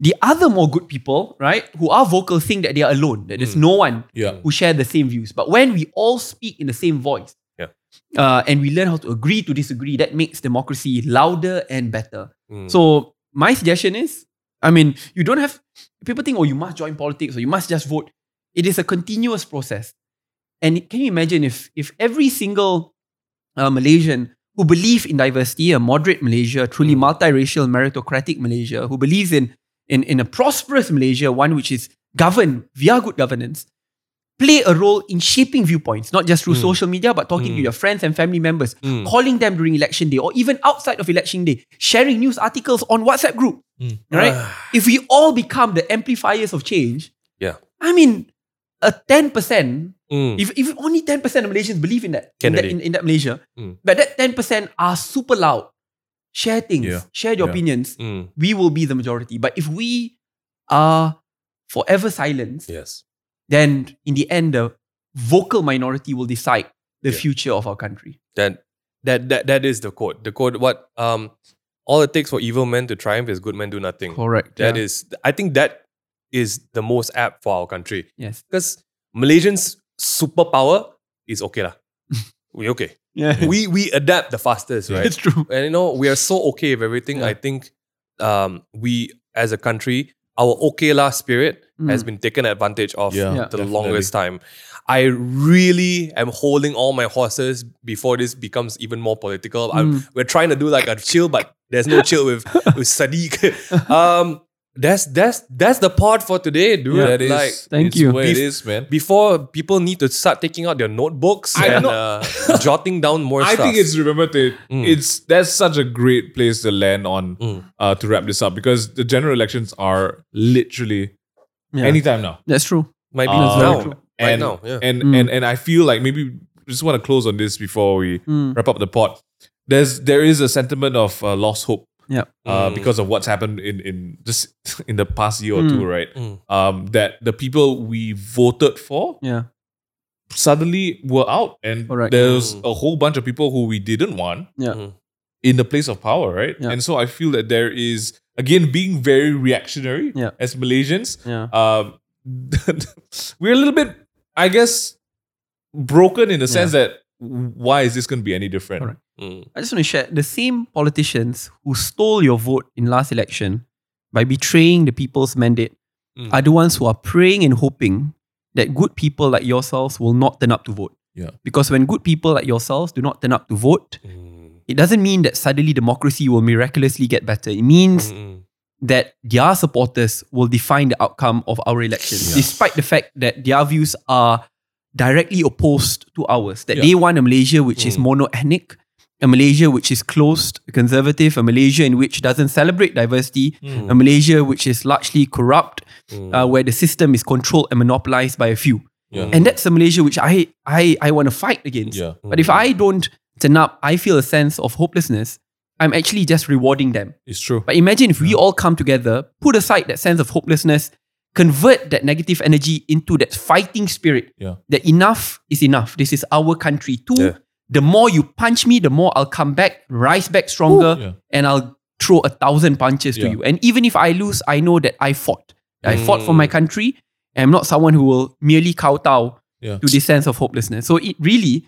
Speaker 4: the other more good people, right, who are vocal think that they are alone, that there's no one
Speaker 2: Yeah.
Speaker 4: who share the same views. But when we all speak in the same voice,
Speaker 1: Yeah.
Speaker 4: uh, and we learn how to agree to disagree, that makes democracy louder and better.
Speaker 1: Mm.
Speaker 4: So my suggestion is, I mean, you don't have people think, oh, you must join politics or you must just vote. It is a continuous process. And can you imagine if if every single uh, Malaysian who believe in diversity, a moderate Malaysia, truly
Speaker 1: Mm.
Speaker 4: multiracial, meritocratic Malaysia, who believes in, in in a prosperous Malaysia, one which is governed via good governance, play a role in shaping viewpoints, not just through
Speaker 1: Mm.
Speaker 4: social media, but talking to
Speaker 1: Mm.
Speaker 4: your friends and family members,
Speaker 1: Mm.
Speaker 4: calling them during election day or even outside of election day, sharing news articles on WhatsApp group.
Speaker 1: Mm.
Speaker 2: Mm.
Speaker 4: Right? if we all become the amplifiers of change,
Speaker 1: Yeah.
Speaker 4: I mean, a 10%,
Speaker 1: Mm.
Speaker 4: if, if only 10% of Malaysians believe in that, in that,
Speaker 1: Kennedy.
Speaker 4: in, in that Malaysia,
Speaker 1: Mm.
Speaker 4: but that 10% are super loud, share things,
Speaker 2: Yeah.
Speaker 4: share your
Speaker 2: Yeah.
Speaker 4: opinions,
Speaker 1: Mm.
Speaker 4: we will be the majority. But if we are forever silenced,
Speaker 1: Yes.
Speaker 4: then in the end, the vocal minority will decide the
Speaker 1: Yeah.
Speaker 4: future of our country.
Speaker 1: That that that that is the quote. The quote what um all it takes for evil men to triumph is good men do nothing.
Speaker 4: Correct.
Speaker 1: That is, I think that is the most apt for our country
Speaker 4: Yes.
Speaker 1: because Malaysians' superpower is okay lah. we okay.
Speaker 4: Yeah.
Speaker 1: We we adapt the fastest, right?
Speaker 4: It's true.
Speaker 1: and you know we are so okay with everything.
Speaker 4: Yeah.
Speaker 1: I think um we as a country, our okay lah spirit has
Speaker 4: Mm.
Speaker 1: been taken advantage of
Speaker 2: Yeah,
Speaker 1: for
Speaker 4: Yeah.
Speaker 1: the
Speaker 2: definitely.
Speaker 1: longest time. I really am holding all my horses before this becomes even more political. I'm,
Speaker 4: Mm.
Speaker 1: we're trying to do like a chill, but there's no chill with, with Sadiq. um, that's that's that's the part for today, dude.
Speaker 4: Yeah.
Speaker 2: That is
Speaker 1: like
Speaker 4: Thank
Speaker 2: it's
Speaker 4: you.
Speaker 2: Where it
Speaker 1: Bef-
Speaker 2: is, man.
Speaker 1: before people need to start taking out their notebooks
Speaker 2: I'm
Speaker 1: and
Speaker 2: not-
Speaker 1: uh, jotting down more
Speaker 2: I
Speaker 1: stuff.
Speaker 2: think it's remembered it.
Speaker 1: Mm.
Speaker 2: It's that's such a great place to land on
Speaker 1: Mm.
Speaker 2: uh, to wrap this up because the general elections are literally
Speaker 4: Yeah.
Speaker 2: anytime now.
Speaker 4: That's true.
Speaker 1: might be
Speaker 2: Uh,
Speaker 1: now,
Speaker 4: true.
Speaker 1: right
Speaker 2: and,
Speaker 1: now. Yeah.
Speaker 2: and
Speaker 4: Mm.
Speaker 2: and and I feel like maybe just want to close on this before we
Speaker 4: Mm.
Speaker 2: wrap up the pot. There's there is a sentiment of uh, lost hope
Speaker 4: Yeah.
Speaker 1: Mm.
Speaker 2: uh, because of what's happened in in just in the past year or
Speaker 4: Mm.
Speaker 2: two, right?
Speaker 1: Mm.
Speaker 2: Um, that the people we voted for
Speaker 4: Yeah.
Speaker 2: suddenly were out, and
Speaker 4: Correct.
Speaker 2: there's
Speaker 1: Mm.
Speaker 2: a whole bunch of people who we didn't want
Speaker 4: Yeah.
Speaker 1: Mm.
Speaker 2: in the place of power, right?
Speaker 4: Yeah.
Speaker 2: And so I feel that there is again being very reactionary
Speaker 4: Yeah.
Speaker 2: as Malaysians.
Speaker 4: Yeah.
Speaker 2: Um, we're a little bit, I guess, broken in the sense that why is this going to be any different?
Speaker 4: Correct.
Speaker 1: Mm.
Speaker 4: I just want to share the same politicians who stole your vote in last election by betraying the people's mandate
Speaker 1: Mm.
Speaker 4: are the ones who are praying and hoping that good people like yourselves will not turn up to vote.
Speaker 2: Yeah.
Speaker 4: Because when good people like yourselves do not turn up to vote,
Speaker 1: Mm.
Speaker 4: it doesn't mean that suddenly democracy will miraculously get better. It means
Speaker 1: Mm.
Speaker 4: that their supporters will define the outcome of our elections,
Speaker 2: Yeah.
Speaker 4: despite the fact that their views are directly opposed to ours. That
Speaker 2: Yeah. Mm.
Speaker 4: they want a Malaysia which is mono-ethnic, a Malaysia which is closed, conservative, a Malaysia in which doesn't celebrate diversity,
Speaker 2: Mm.
Speaker 4: a Malaysia which is largely corrupt,
Speaker 1: Mm.
Speaker 4: uh, where the system is controlled and monopolized by a few.
Speaker 2: Yeah.
Speaker 4: And that's a Malaysia which I I I want to fight against.
Speaker 2: Yeah.
Speaker 4: But if I don't turn up, I feel a sense of hopelessness. I'm actually just rewarding them.
Speaker 2: It's true.
Speaker 4: But imagine if we all come together, put aside that sense of hopelessness, convert that negative energy into that fighting spirit.
Speaker 2: Yeah.
Speaker 4: That enough is enough. This is our country. Two,
Speaker 1: Yeah.
Speaker 4: the more you punch me, the more I'll come back, rise back stronger,
Speaker 2: Yeah.
Speaker 4: and I'll throw a thousand punches
Speaker 2: Yeah.
Speaker 4: to you. And even if I lose, I know that I fought. I fought for my
Speaker 2: Mm.
Speaker 4: country. And I'm not someone who will merely kowtow
Speaker 2: Yeah.
Speaker 4: to this sense of hopelessness. So it really,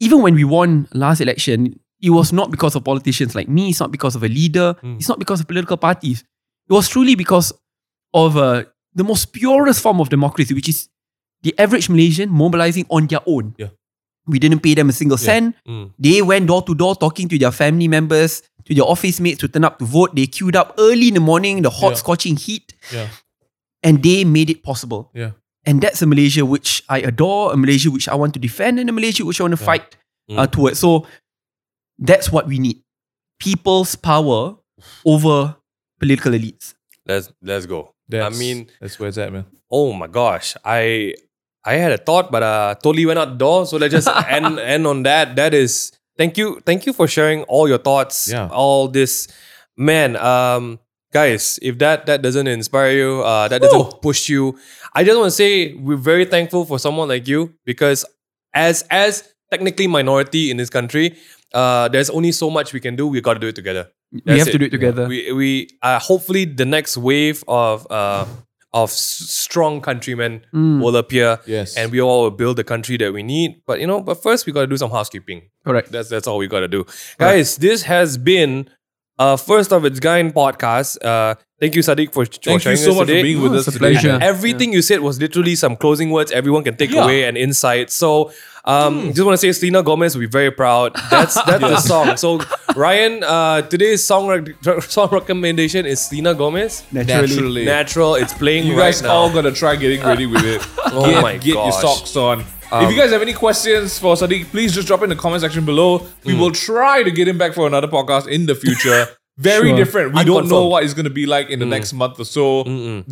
Speaker 4: even when we won last election, it was not because of politicians like me. It's not because of a leader.
Speaker 1: Mm.
Speaker 4: It's not because of political parties. It was truly because of uh, the most purest form of democracy, which is the average Malaysian mobilizing on their own.
Speaker 2: Yeah.
Speaker 4: We didn't pay them a single
Speaker 2: Yeah.
Speaker 4: cent.
Speaker 1: Mm.
Speaker 4: They went door to door talking to their family members, to their office mates to turn up to vote. They queued up early in the morning, the hot,
Speaker 2: Yeah.
Speaker 4: scorching heat,
Speaker 2: Yeah.
Speaker 4: and they made it possible.
Speaker 2: Yeah.
Speaker 4: And that's a Malaysia which I adore, a Malaysia which I want to defend, and a Malaysia which I want to
Speaker 2: Yeah.
Speaker 4: fight
Speaker 1: Mm.
Speaker 4: uh, towards. So that's what we need people's power over political elites.
Speaker 1: Let's let's go.
Speaker 2: That's-
Speaker 1: I mean,
Speaker 2: that's where it's at, man.
Speaker 1: oh my gosh, I I had a thought, but uh, totally went out the door. So let's just end end on that. That is thank you, thank you for sharing all your thoughts.
Speaker 2: Yeah.
Speaker 1: all this, man. Um, guys, if that that doesn't inspire you, uh, that doesn't push you. I just want to say we're very thankful for someone like you because as as technically minority in this country. Uh, there's only so much we can do. We got to do it together.
Speaker 4: we
Speaker 1: That's
Speaker 4: have to
Speaker 1: it.
Speaker 4: do it together.
Speaker 1: We we uh, hopefully the next wave of uh of s- strong countrymen
Speaker 4: Mm,
Speaker 1: will appear,
Speaker 2: Yes.
Speaker 1: and we all will build the country that we need. But you know, but first we got to do some housekeeping.
Speaker 4: correct.
Speaker 1: That's that's all we got to do, guys. This has been a first of its kind podcast. Uh, thank you, Sadiq, for, for
Speaker 2: Thank you
Speaker 1: sharing
Speaker 2: so
Speaker 1: us
Speaker 2: much
Speaker 1: today.
Speaker 2: for being with
Speaker 4: Oh,
Speaker 2: us
Speaker 4: it's a
Speaker 2: today.
Speaker 4: pleasure.
Speaker 2: man.
Speaker 1: Everything you said was literally some closing words everyone can take
Speaker 2: Yeah. Hmm.
Speaker 1: away and insight. So, um, just want to say Selena Gomez will be very proud. That's that's the song. So, Ryan, uh, today's song rec- song recommendation is Selena Gomez.
Speaker 4: Naturally.
Speaker 2: Naturally.
Speaker 1: Natural. It's playing
Speaker 2: You
Speaker 1: right
Speaker 2: guys
Speaker 1: now.
Speaker 2: all gotta try getting ready with it.
Speaker 1: Oh
Speaker 2: get,
Speaker 1: my
Speaker 2: Get your
Speaker 1: gosh. Um,
Speaker 2: socks on. if you guys have any questions for Sadiq, please just drop it in the comment section below. We
Speaker 1: hmm.
Speaker 2: will try to get him back for another podcast in the future. Very
Speaker 4: Sure.
Speaker 2: different. We don't know
Speaker 1: Unconfirmed.
Speaker 2: what it's gonna be like in the
Speaker 1: Hmm.
Speaker 2: next month or so.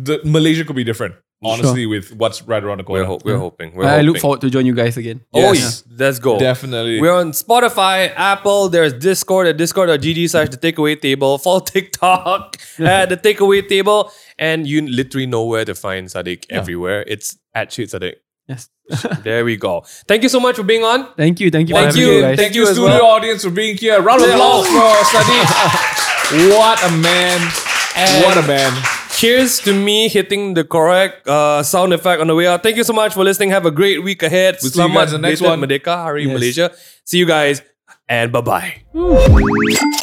Speaker 2: The Malaysia could be different, honestly, with what's right around the
Speaker 1: We're,
Speaker 2: corner.
Speaker 1: ho- we're hoping. We're
Speaker 4: I
Speaker 1: hoping.
Speaker 4: look forward to join you guys again.
Speaker 1: Oh,
Speaker 2: Yes.
Speaker 1: yeah. let's go.
Speaker 2: Definitely.
Speaker 1: We're on Spotify, Apple. There's Discord at discord.gg slash the takeaway table. Follow TikTok at the takeaway table. And you literally know where to find Sadiq everywhere. It's at Shade Sadiq.
Speaker 4: Yes.
Speaker 1: There we go. Thank you so much for being on.
Speaker 4: Thank you. Thank you
Speaker 1: Thank
Speaker 4: for
Speaker 1: you.
Speaker 4: having me, guys.
Speaker 1: Thank
Speaker 2: Thank
Speaker 1: you
Speaker 2: you,
Speaker 1: as
Speaker 2: studio
Speaker 1: well.
Speaker 2: audience, for being here. Round of
Speaker 1: Yeah.
Speaker 2: applause for Sadiq. What a man.
Speaker 1: And-
Speaker 2: what a man.
Speaker 1: Cheers to me hitting the correct uh, sound effect on the way out. Thank you so much for listening. Have a great week ahead.
Speaker 2: We'll see you guys in the next
Speaker 1: belated
Speaker 2: one.
Speaker 1: Merdeka, Hari
Speaker 4: Yes.
Speaker 1: Malaysia. See you guys and bye bye.